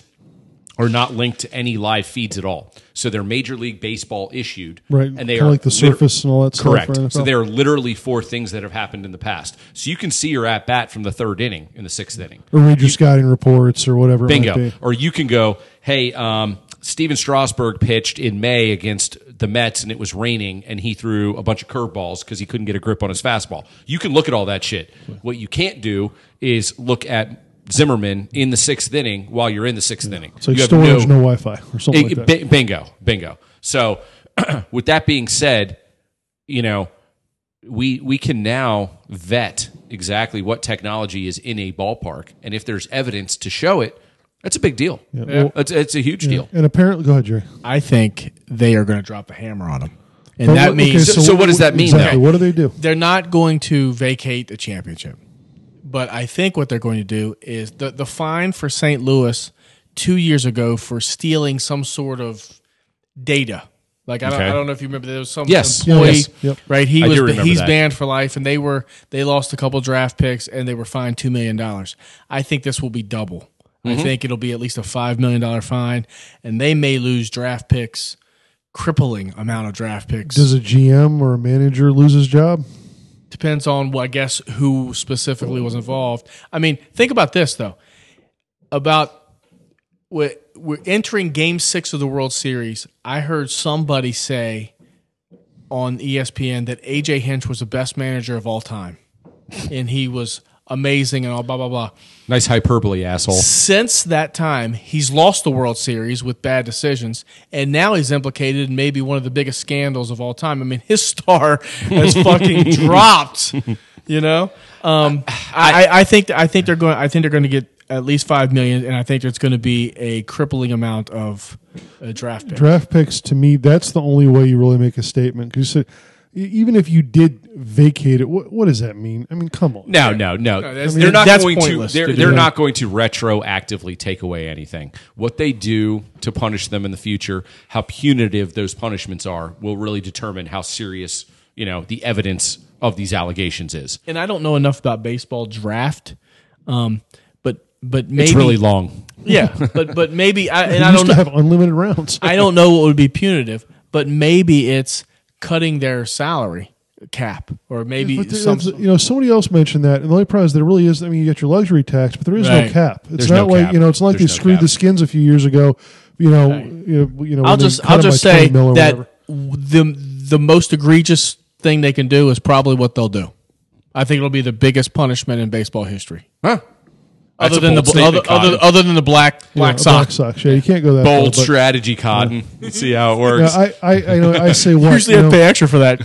Speaker 1: are not linked to any live feeds at all. So they're Major League Baseball issued,
Speaker 3: Right,
Speaker 1: And they
Speaker 3: kinda
Speaker 1: are
Speaker 3: like the
Speaker 1: liter-
Speaker 3: surface and all that stuff
Speaker 1: Correct.
Speaker 3: for NFL.
Speaker 1: so they are literally for things that have happened in the past. So you can see your at bat from the third inning in the sixth inning.
Speaker 3: or read your scouting reports or whatever. it might
Speaker 1: Bingo.
Speaker 3: be.
Speaker 1: Or you can go, hey, um, Steven Strasberg pitched in May against the Mets and it was raining and he threw a bunch of curveballs because he couldn't get a grip on his fastball. You can look at all that shit. What you can't do is look at Zimmerman in the sixth inning while you're in the sixth inning.
Speaker 3: It's like
Speaker 1: you have
Speaker 3: storage, no, Wi-Fi, or something
Speaker 1: it-
Speaker 3: like that.
Speaker 1: bi- bingo, bingo. So, with that being said, you know, we we can now vet exactly what technology is in a ballpark, and if there's evidence to show it, that's a big deal.
Speaker 3: well-
Speaker 1: It's, it's a huge deal.
Speaker 3: and apparently, go ahead, Jerry.
Speaker 2: I think they are going to drop the hammer on them, and
Speaker 3: But
Speaker 2: that
Speaker 3: what- okay,
Speaker 2: means
Speaker 1: so what does that mean,
Speaker 3: Exactly.
Speaker 1: though?
Speaker 3: What do they do?
Speaker 2: they're not going to vacate the championship. But I think what they're going to do is the the fine for St. Louis two years ago for stealing some sort of data. Like I don't,
Speaker 1: Okay.
Speaker 2: I don't know if you remember there was some
Speaker 1: Yes.
Speaker 2: employee
Speaker 1: Yes.
Speaker 3: Yep.
Speaker 2: right he
Speaker 1: I
Speaker 2: was
Speaker 1: do remember
Speaker 2: he's
Speaker 1: that.
Speaker 2: banned for life and they were they lost a couple draft picks and they were fined two million dollars. I think this will be double.
Speaker 1: Mm-hmm.
Speaker 2: I think it'll be at least a five million dollar fine and they may lose draft picks, crippling amount of draft picks.
Speaker 3: Does a GM or a manager lose his job?
Speaker 2: depends on well, I guess who specifically was involved. I mean, think about this though. About we're, we're entering Game Six of the World Series. I heard somebody say on E ESPN that AJ Hinch was the best manager of all time, and he was amazing and all blah blah blah.
Speaker 1: Nice hyperbole, asshole.
Speaker 2: Since that time, he's lost the World Series with bad decisions, and now he's implicated in maybe one of the biggest scandals of all time. I mean, his star has fucking dropped. You know, um, I, I- I think I think they're going. I think they're going to get at least five million, and I think it's going to be a crippling amount of uh, draft picks.
Speaker 3: Draft picks, to me, that's the only way you really make a statement. Because even if you did vacate it, what, what does that mean? I mean, come on.
Speaker 1: No, no, no.
Speaker 2: that's-
Speaker 1: they're not
Speaker 2: that's
Speaker 1: going to.
Speaker 2: pointless
Speaker 1: They're,
Speaker 2: to do
Speaker 1: they're
Speaker 2: that.
Speaker 1: not going to retroactively take away anything. What they do to punish them in the future, how punitive those punishments are, will really determine how serious you know the evidence of these allegations is.
Speaker 2: And I don't know enough about baseball draft, um, but but maybe
Speaker 1: It's really long.
Speaker 2: yeah, but but maybe I, and
Speaker 3: You
Speaker 2: I
Speaker 3: used
Speaker 2: don't
Speaker 3: to
Speaker 2: know.
Speaker 3: have unlimited rounds.
Speaker 2: I don't know what would be punitive, but maybe it's cutting their salary cap or maybe
Speaker 3: But th-
Speaker 2: some.
Speaker 3: that's- you know, somebody else mentioned that, and the only problem is there really is. I mean, you get your luxury tax, but there is
Speaker 2: Right.
Speaker 3: no cap. It's
Speaker 1: There's
Speaker 3: not
Speaker 1: no
Speaker 3: like
Speaker 1: cap.
Speaker 3: you know, it's not like
Speaker 1: There's
Speaker 3: they
Speaker 1: no
Speaker 3: screwed
Speaker 1: cap.
Speaker 3: the skins a few years ago. You know, you know, you know,
Speaker 2: I'll
Speaker 3: when they
Speaker 2: just
Speaker 3: cut
Speaker 2: I'll
Speaker 3: them by
Speaker 2: just
Speaker 3: 20
Speaker 2: say
Speaker 3: mil or
Speaker 2: that
Speaker 3: whatever.
Speaker 2: the the most egregious thing they can do is probably what they'll do. I think it'll be the biggest punishment in baseball history,
Speaker 1: Huh?
Speaker 2: other than the bl- other, other, other than the black
Speaker 3: Yeah,
Speaker 2: black
Speaker 3: a Uh, Black
Speaker 2: sox.
Speaker 3: Sox. Yeah, you can't go that
Speaker 1: bold
Speaker 3: far, but-
Speaker 1: strategy, Cotton. Let's see how it
Speaker 3: Yeah,
Speaker 1: works.
Speaker 3: I, I, I know. I say what
Speaker 2: Usually,
Speaker 3: you
Speaker 2: I
Speaker 3: know,
Speaker 2: pay extra for that.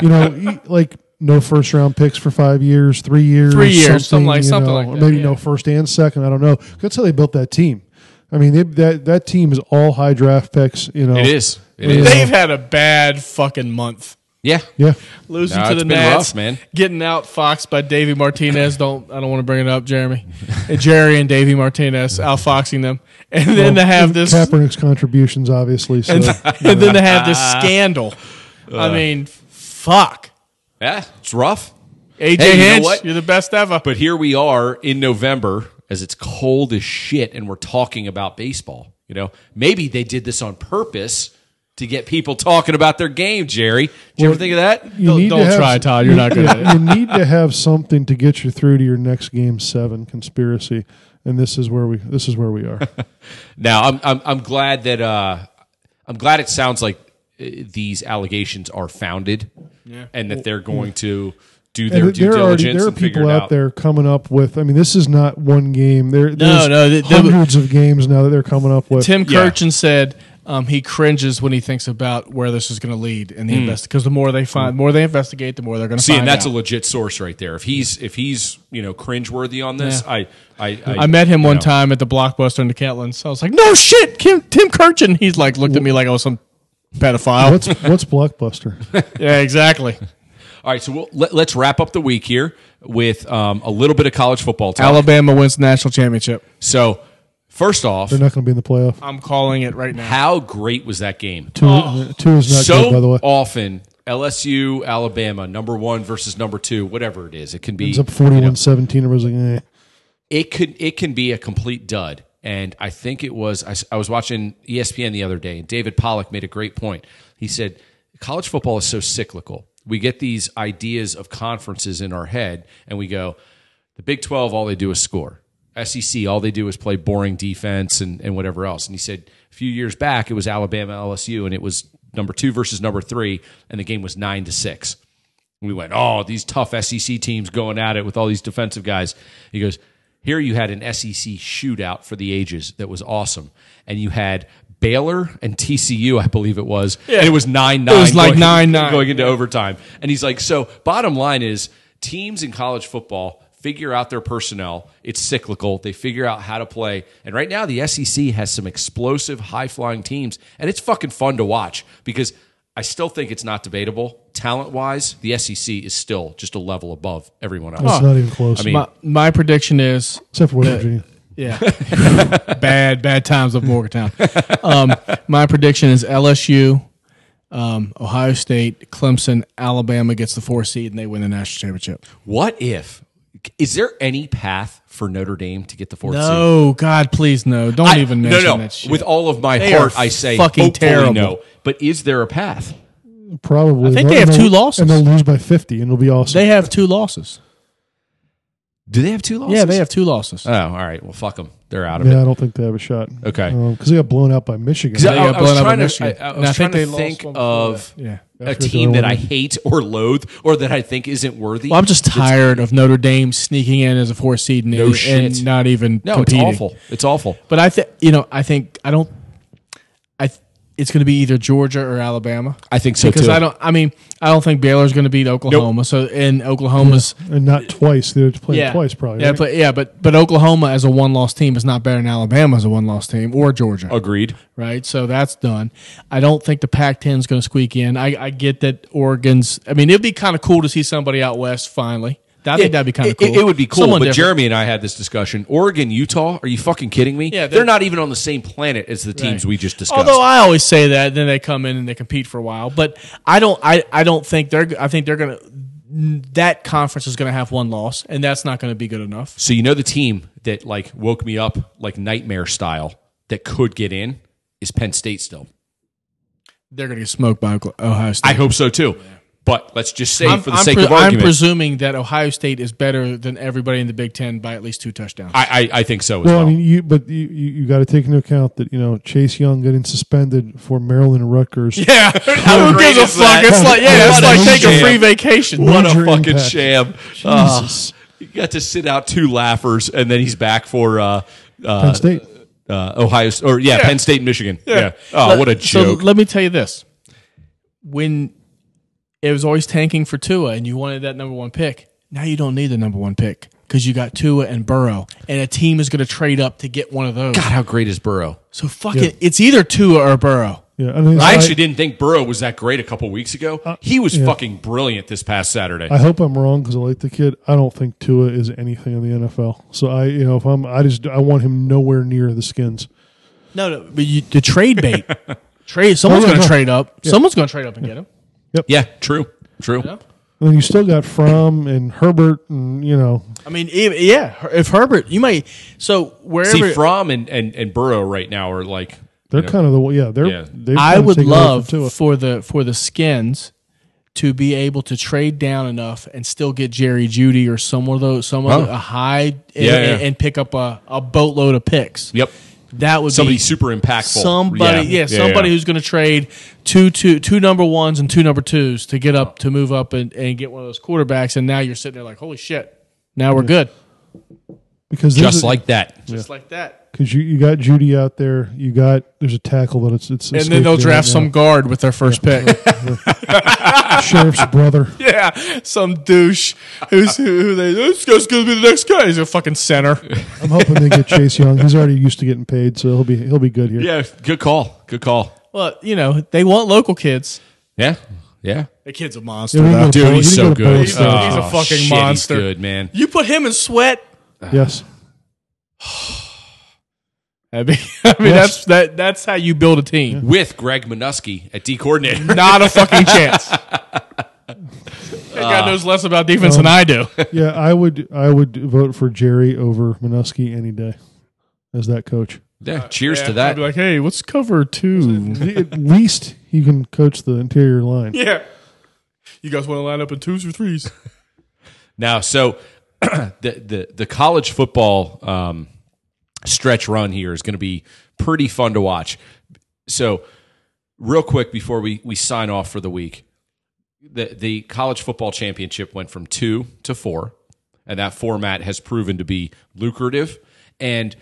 Speaker 3: you know, e- like no first round picks for five years, three years,
Speaker 2: Three years, something like-
Speaker 3: you
Speaker 2: something
Speaker 3: know,
Speaker 2: like
Speaker 3: or
Speaker 2: that,
Speaker 3: Maybe
Speaker 2: yeah.
Speaker 3: no first and second. I don't know. That's how they built that team. I mean, they, that that team is all high draft picks. You know,
Speaker 1: it is. It
Speaker 3: Yeah.
Speaker 1: is.
Speaker 2: They've had a bad fucking month.
Speaker 1: Yeah.
Speaker 3: Yeah,
Speaker 2: Losing
Speaker 1: No,
Speaker 2: to
Speaker 1: it's
Speaker 2: the
Speaker 1: been rough,
Speaker 2: Nats,
Speaker 1: man.
Speaker 2: Getting out foxed by Davey Martinez. Don't I don't want to bring it up, Jeremy, And Jerry and Davey Martinez out foxing them, and then to have this, and,
Speaker 3: Kaepernick's contributions, obviously. So
Speaker 2: then to have this scandal. I mean, fuck,
Speaker 1: Yeah. It's rough.
Speaker 2: AJ
Speaker 1: Hey, you know
Speaker 2: Hinch,
Speaker 1: what?
Speaker 2: you're the best ever.
Speaker 1: But here we are in November as it's cold as shit and we're talking about baseball. You know, maybe they did this on purpose to get people talking about their game, Jerry. Did you ever think of that?
Speaker 3: you
Speaker 2: Don't-
Speaker 3: need to
Speaker 2: don't
Speaker 3: have-
Speaker 2: try, Todd. You're not good at
Speaker 3: yeah, You need to have something to get you through to your next game seven conspiracy, and this is where we this is where we are.
Speaker 1: Now, I'm I'm, I'm glad that uh, I'm glad it sounds like uh, these allegations are founded, and that they're going to do their
Speaker 3: And
Speaker 1: due
Speaker 3: there are
Speaker 1: diligence.
Speaker 3: already- there are
Speaker 1: and figure
Speaker 3: people
Speaker 1: it
Speaker 3: out, there coming up with. I mean, this is not one game. There, there's
Speaker 2: no, th- there-
Speaker 3: hundreds of games now that they're coming up with.
Speaker 2: Tim
Speaker 1: Yeah.
Speaker 2: Kirchin said um, he cringes when he thinks about where this is going to lead in the invest because the more they find, the more they investigate, the more they're going to
Speaker 1: Hmm. See,
Speaker 2: find.
Speaker 1: and that's
Speaker 2: out.
Speaker 1: a legit source right there. If he's if he's you know cringeworthy on this,
Speaker 2: Yeah.
Speaker 1: I, I I
Speaker 2: I met him
Speaker 1: you
Speaker 2: one
Speaker 1: know.
Speaker 2: time at the Blockbuster in the Catlands. I was like, "No shit, Kim, Tim Kirchin." He's like, looked at me like I was some pedophile.
Speaker 3: What's what's blockbuster?
Speaker 2: yeah, exactly.
Speaker 1: All right, so we'll, let, us wrap up the week here with um, a little bit of college football talk.
Speaker 2: Alabama wins national championship.
Speaker 1: So, first off,
Speaker 3: They're not going to be in the playoff.
Speaker 2: I'm calling it right now.
Speaker 1: how great was that game?
Speaker 3: Two, two is not
Speaker 1: so
Speaker 3: good, by the way.
Speaker 1: often LSU, Alabama, number one versus number two, whatever it is. It can be
Speaker 3: Ends up 41 17. Everyone's like, eh.
Speaker 1: it could it can be a complete dud. And I think it was I, s- I was watching E ESPN the other day, and David Pollock made a great point. He said college football is so cyclical. We get these ideas of conferences in our head, and we go, the Big Twelve, all they do is score. SEC, all they do is play boring defense and, and whatever else. And he said a few years back, it was Alabama LSU, and it was number two versus number three, and the game was nine to six. We went, oh, these tough SEC teams going at it with all these defensive guys. He goes, here you had an SEC shootout for the ages that was awesome, and you had Baylor and TCU, I believe it was, and it was nine nine.
Speaker 4: It was like 9-9.
Speaker 1: going into overtime, and he's like, so bottom line is teams in college football figure out their personnel. It's cyclical. They figure out how to play. And right now, the SEC has some explosive, high flying teams, and it's fucking fun to watch because I still think it's not debatable. Talent wise, the SEC is still just a level above everyone else.
Speaker 3: It's not even close.
Speaker 1: I mean,
Speaker 2: My, my prediction is
Speaker 3: Except for West Virginia.
Speaker 2: Yeah. bad, bad times of Morgantown. Um, my prediction is LSU, um, Ohio State, Clemson, Alabama gets the four seed and they win the national championship.
Speaker 1: what if? Is there any path for Notre Dame to get the fourth seed?
Speaker 2: No, God, please no. Don't
Speaker 1: I-
Speaker 2: even mention that shit.
Speaker 1: With all of my
Speaker 2: They
Speaker 1: heart,
Speaker 2: are
Speaker 1: I say
Speaker 2: fucking
Speaker 1: fucking terrible.
Speaker 2: terrible.
Speaker 1: No, but is there a path?
Speaker 3: Probably.
Speaker 2: I think they
Speaker 3: And
Speaker 2: have two
Speaker 3: they'll-
Speaker 2: losses.
Speaker 3: And they'll lose by 50, and it'll be awesome.
Speaker 2: they have two losses.
Speaker 1: Do they have two losses?
Speaker 2: Yeah, they have two losses. Uh,
Speaker 1: Oh, all right. Well, fuck them. They're out of
Speaker 3: yeah,
Speaker 1: it.
Speaker 3: I don't think they have a shot.
Speaker 1: Okay.
Speaker 3: Because they got blown out by Michigan.
Speaker 1: I, I
Speaker 2: got
Speaker 1: was
Speaker 2: blown out by
Speaker 1: trying to, I,
Speaker 2: Michigan.
Speaker 1: I
Speaker 2: And
Speaker 1: was
Speaker 2: I
Speaker 1: trying to
Speaker 2: think they
Speaker 1: think
Speaker 2: lost one before
Speaker 1: of
Speaker 2: Yeah.
Speaker 1: a
Speaker 3: what
Speaker 1: team
Speaker 3: they
Speaker 1: that I
Speaker 3: won.
Speaker 1: hate or loathe or that I think isn't worthy.
Speaker 2: Well, I'm just tired of Notre Dame sneaking in as a four seed and, and
Speaker 1: shit.
Speaker 2: not even
Speaker 1: no,
Speaker 2: competing.
Speaker 1: it's awful. It's awful.
Speaker 2: But I think you know. I think I don't. I th- it's going to be either Georgia or Alabama.
Speaker 1: I think so
Speaker 2: because
Speaker 1: too.
Speaker 2: I don't. I mean, I don't think Baylor's going to beat Oklahoma. So in Oklahoma's
Speaker 3: and not twice. They had to play
Speaker 2: yeah,
Speaker 3: twice, probably.
Speaker 2: Yeah,
Speaker 3: right?
Speaker 2: but, yeah, but but Oklahoma as a one loss team is not better than Alabama as a one loss team or Georgia,
Speaker 1: Agreed.
Speaker 2: right? So that's done. I don't think the Pac ten is going to squeak in. I, I get that Oregon's. I mean, it'd be kind of cool to see somebody out west finally. I think that'd be kind of
Speaker 1: It-
Speaker 2: cool.
Speaker 1: It, it would be cool.
Speaker 2: Someone
Speaker 1: but
Speaker 2: different.
Speaker 1: Jeremy and I had this discussion. Oregon, Utah. Are you fucking kidding me? they're,
Speaker 2: Yeah, they're-
Speaker 1: not even on the same planet as the teams we just discussed.
Speaker 2: Although I always say that, then they come in and they compete for a while. But I don't. I, I don't think they're. I think they're gonna. That conference is gonna have one loss, and that's not gonna be good enough.
Speaker 1: so you know the team that like woke me up like nightmare style that could get in is Penn State still.
Speaker 2: They're gonna get smoked by Okla- Ohio State.
Speaker 1: I hope so too. But let's just say
Speaker 2: I'm-
Speaker 1: for the
Speaker 2: I'm
Speaker 1: sake
Speaker 2: pre-
Speaker 1: of
Speaker 2: I'm
Speaker 1: argument,
Speaker 2: presuming that Ohio State is better than everybody in the Big Ten by at least two touchdowns.
Speaker 1: I, I I think so as
Speaker 3: Well,
Speaker 1: well.
Speaker 3: I mean, you but you, you, you got to take into account that you know Chase Young getting suspended for Maryland and Rutgers.
Speaker 2: yeah, who
Speaker 1: great
Speaker 2: gives
Speaker 1: is
Speaker 2: a fuck?
Speaker 1: that?
Speaker 2: It's like yeah, it's
Speaker 1: What a
Speaker 2: like taking
Speaker 1: sham.
Speaker 2: a free vacation.
Speaker 1: What a
Speaker 3: Major
Speaker 1: fucking
Speaker 3: impact.
Speaker 1: sham! Jesus, you got to sit out two laughers, and then he's back for uh, uh,
Speaker 3: Penn State.
Speaker 1: uh, Ohio or yeah, Penn State, Michigan. Yeah. Oh, what a joke!
Speaker 2: So let me tell you this: when it was always tanking for Tua, and you wanted that number one pick, now you don't need the number one pick because you got Tua and Burrow, and a team is going to trade up to get one of those.
Speaker 1: God, how great is Burrow?
Speaker 2: So fucking, it's either Tua or Burrow.
Speaker 3: Yeah, I, mean,
Speaker 1: I
Speaker 3: I-
Speaker 1: actually didn't think Burrow was that great a couple weeks ago.
Speaker 2: Uh,
Speaker 1: he was fucking brilliant this past Saturday.
Speaker 3: I hope I'm wrong because I like the kid. I don't think Tua is anything in the NFL. So I, you know, if I'm, I just I want him nowhere near the skins.
Speaker 2: No, no, but you, the trade bait, trade. Someone's
Speaker 3: Oh, yeah,
Speaker 2: going to
Speaker 3: no.
Speaker 2: trade up. Someone's going to trade up and get him.
Speaker 1: yeah, true, true.
Speaker 3: And then you still got Fromm and Herbert, and you know,
Speaker 2: I mean, if, yeah. If Herbert, you might. So wherever
Speaker 1: See, Fromm and, and and Burrow right now are like
Speaker 3: they're
Speaker 1: Yeah.
Speaker 3: kind of the yeah they're.
Speaker 1: Yeah.
Speaker 3: they've
Speaker 2: I
Speaker 3: kinda
Speaker 2: would
Speaker 3: taken over
Speaker 2: love
Speaker 3: from Tua.
Speaker 2: for, the for the skins to be able to trade down enough and still get Jerry Judy or some of those some
Speaker 1: Huh.
Speaker 2: of the, a high and,
Speaker 1: Yeah, yeah.
Speaker 2: and, and pick up a, a boatload of picks.
Speaker 1: yep,
Speaker 2: That would
Speaker 1: somebody
Speaker 2: be
Speaker 1: super impactful.
Speaker 2: somebody yeah, somebody who's going to trade two two two number ones and two number twos to get up to move up and, and get one of those quarterbacks and now you're sitting there like holy shit now we're good
Speaker 3: because there's
Speaker 1: just
Speaker 3: a-
Speaker 1: like that.
Speaker 2: just like that
Speaker 3: because you, you got Judy out there. You got there's a tackle that it's it's
Speaker 2: and then they'll draft some guard with their first pick.
Speaker 3: sheriff's brother.
Speaker 2: Yeah, some douche who's who, who they this guy's gonna be the next guy. He's a fucking center.
Speaker 3: I'm hoping they get Chase Young. He's already used to getting paid, so he'll be he'll be good here.
Speaker 1: Yeah, good call. Good call.
Speaker 2: well, you know they want local kids.
Speaker 1: Yeah, yeah.
Speaker 2: The kid's a
Speaker 3: Yeah,
Speaker 2: monster.
Speaker 3: we can go to
Speaker 1: Dude,
Speaker 3: Bo-
Speaker 1: he's
Speaker 3: we
Speaker 1: so
Speaker 3: can go to Bo
Speaker 1: good. Oh,
Speaker 3: State.
Speaker 2: he's a fucking
Speaker 1: shit,
Speaker 2: monster.
Speaker 1: He's good man.
Speaker 2: You put him in sweat.
Speaker 3: yes,
Speaker 2: I mean, I mean that's that that's how you build a team.
Speaker 1: with Greg Minuski at D coordinator.
Speaker 2: Not a fucking chance. That guy knows less about defense than I do.
Speaker 3: yeah, I would I would vote for Jerry over Minuski any day as that coach.
Speaker 1: Yeah, cheers to
Speaker 2: I'd
Speaker 1: that.
Speaker 2: be like, hey, what's cover two?
Speaker 1: Mm-hmm.
Speaker 3: At least he can coach the interior line.
Speaker 2: yeah. You guys want to line up in twos or threes?
Speaker 1: Now, so the, the the college football um, stretch run here is going to be pretty fun to watch. So, real quick before we we sign off for the week, the the college football championship went from two to four, and that format has proven to be lucrative and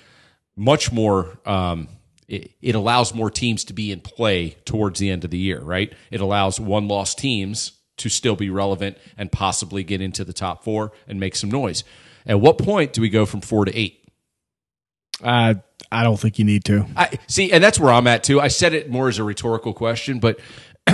Speaker 1: much more. Um, it, it allows more teams to be in play towards the end of the year, right? It allows one loss teams to still be relevant and possibly get into the top four and make some noise. At what point do we go from four to eight?
Speaker 5: I I don't think you need to.
Speaker 1: I see, and that's where I'm at too. I said it more as a rhetorical question, but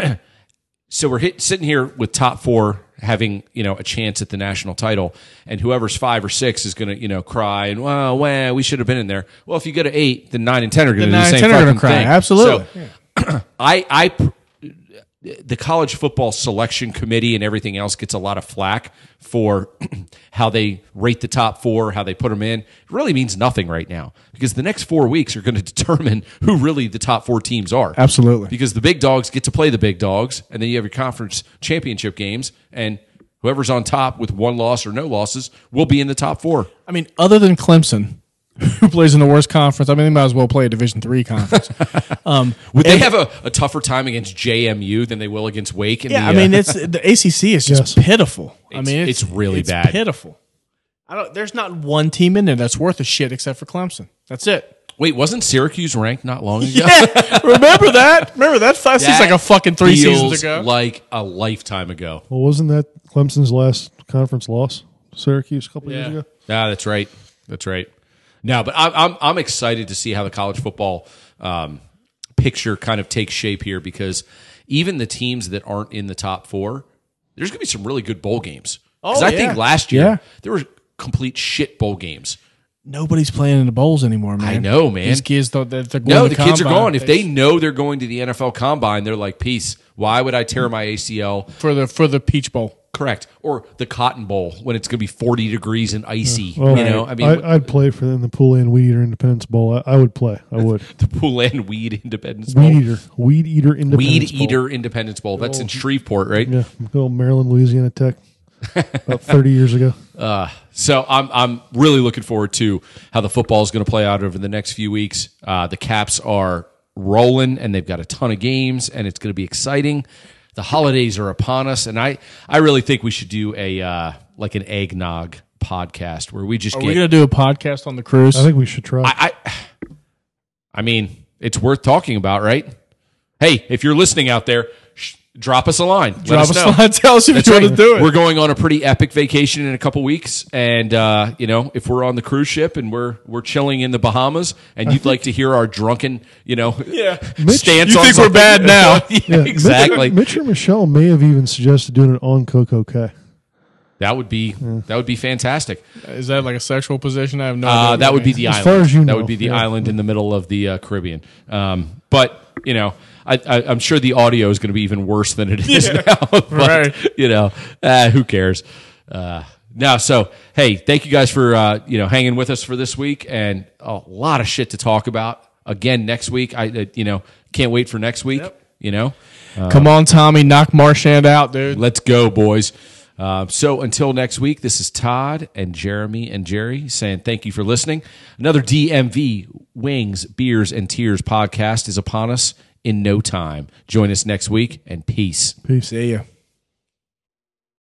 Speaker 1: so we're hit, sitting here with top four having you know a chance at the national title, and whoever's five or six is going to you know cry and well, well, we should have been in there. Well, if you go to eight, then nine and ten are going to do the
Speaker 5: nine and 10
Speaker 1: same
Speaker 5: are gonna
Speaker 1: fucking
Speaker 5: cry,
Speaker 1: thing.
Speaker 5: absolutely.
Speaker 1: So, I I pr- the college football selection committee and everything else gets a lot of flack for how they rate the top four, how they put them in. It really means nothing right now because the next four weeks are going to determine who really the top four teams are.
Speaker 5: Absolutely.
Speaker 1: Because the big dogs get to play the big dogs, and then you have your conference championship games, and whoever's on top with one loss or no losses will be in the top four.
Speaker 5: I mean, other than Clemson, who plays in the worst conference, I mean, they might as well play a Division three conference.
Speaker 2: Um,
Speaker 1: Would they have a, a tougher time against JMU than they will against Wake? In
Speaker 5: yeah,
Speaker 1: the,
Speaker 5: I
Speaker 1: uh,
Speaker 5: mean, it's the ACC is just pitiful. I
Speaker 1: It's-
Speaker 5: mean,
Speaker 1: it's really bad.
Speaker 5: pitiful. I don't. There's not one team in there that's worth a shit except for Clemson. That's it.
Speaker 1: wait, wasn't Syracuse ranked not long ago?
Speaker 5: Remember that? Remember that? That seems
Speaker 1: That
Speaker 5: like a fucking three
Speaker 1: feels
Speaker 5: seasons ago.
Speaker 1: Like a lifetime ago.
Speaker 3: Well, wasn't that Clemson's last conference loss? Syracuse a couple years ago.
Speaker 1: Yeah, that's right. That's right. No, but I'm I'm, I'm excited to see how the college football um, picture kind of takes shape here because even the teams that aren't in the top four, there's going to be some really good bowl games. Because
Speaker 5: Oh,
Speaker 1: I
Speaker 5: yeah.
Speaker 1: think last year
Speaker 5: Yeah.
Speaker 1: there were complete shit bowl games.
Speaker 5: Nobody's playing in the bowls anymore, man.
Speaker 1: I know, man.
Speaker 5: These kids, they're, they're going
Speaker 1: No,
Speaker 5: to
Speaker 1: the kids are
Speaker 5: combine.
Speaker 1: gone. If they know they're going to the NFL Combine, they're like, "Peace." Why would I tear my ACL
Speaker 5: for the for the Peach Bowl.
Speaker 1: Correct. Or the Cotton Bowl when it's going to be 40 degrees and icy.
Speaker 3: Well,
Speaker 1: you know, I mean,
Speaker 3: I, would play for them the Pool and Weed Eater Independence Bowl. I, I would play. I would.
Speaker 1: the Pool and Weed Independence Bowl.
Speaker 3: Weed Eater. Weed Eater Independence
Speaker 1: Weed
Speaker 3: Bowl.
Speaker 1: Eater Independence Bowl. That's
Speaker 5: Oh.
Speaker 1: in Shreveport, right?
Speaker 3: Yeah, go Maryland, Louisiana Tech. About thirty years ago.
Speaker 1: So I'm I'm really looking forward to how the football is going to play out over the next few weeks. Uh, the Caps are rolling and they've got a ton of games and it's going to be exciting. The holidays are upon us, and I I really think we should do a uh, like an eggnog podcast where we just
Speaker 5: Are
Speaker 1: get
Speaker 5: we going to do a podcast on the cruise?
Speaker 3: I think we should try.
Speaker 1: I, I, I mean, it's worth talking about, right? Hey, if you're listening out there, sh- drop us a line. Let
Speaker 5: Drop
Speaker 1: us
Speaker 5: us
Speaker 1: know.
Speaker 5: a line. Tell us if
Speaker 1: That's
Speaker 5: you
Speaker 1: right.
Speaker 5: want to do it.
Speaker 1: We're going on a pretty epic vacation in a couple weeks, and uh, you know, if we're on the cruise ship and we're we're chilling in the Bahamas, and you'd like to hear our drunken, you know, yeah, stance
Speaker 5: You
Speaker 1: on
Speaker 5: think we're
Speaker 1: something-
Speaker 5: bad now.
Speaker 1: Yeah,
Speaker 3: Yeah, Mitch-
Speaker 1: exactly.
Speaker 3: Mitch or Michelle may have even suggested doing it on Coco K.
Speaker 1: That would be that would be fantastic.
Speaker 5: Is that like a sexual position? I have no
Speaker 1: Uh,
Speaker 5: idea.
Speaker 1: that would be the
Speaker 3: As
Speaker 1: island.
Speaker 3: far as you
Speaker 1: that
Speaker 3: know,
Speaker 1: would be the
Speaker 3: yeah.
Speaker 1: island in the middle of the uh, Caribbean. Um, but you know, I, I, I'm sure the audio is going to be even worse than it is now. but,
Speaker 5: Right.
Speaker 1: You know, uh, who cares? Uh, now, so hey, thank you guys for uh, you know hanging with us for this week, and a lot of shit to talk about. Again, next week, I uh, you know can't wait for next week. You know, Uh,
Speaker 5: Come on, Tommy, knock Marshand out, dude.
Speaker 1: let's go, boys. Uh, so until next week, this is Todd and Jeremy and Jerry saying thank you for listening. Another DMV Wings, Beers, and Tears podcast is upon us in no time. Join us next week and peace.
Speaker 5: See ya.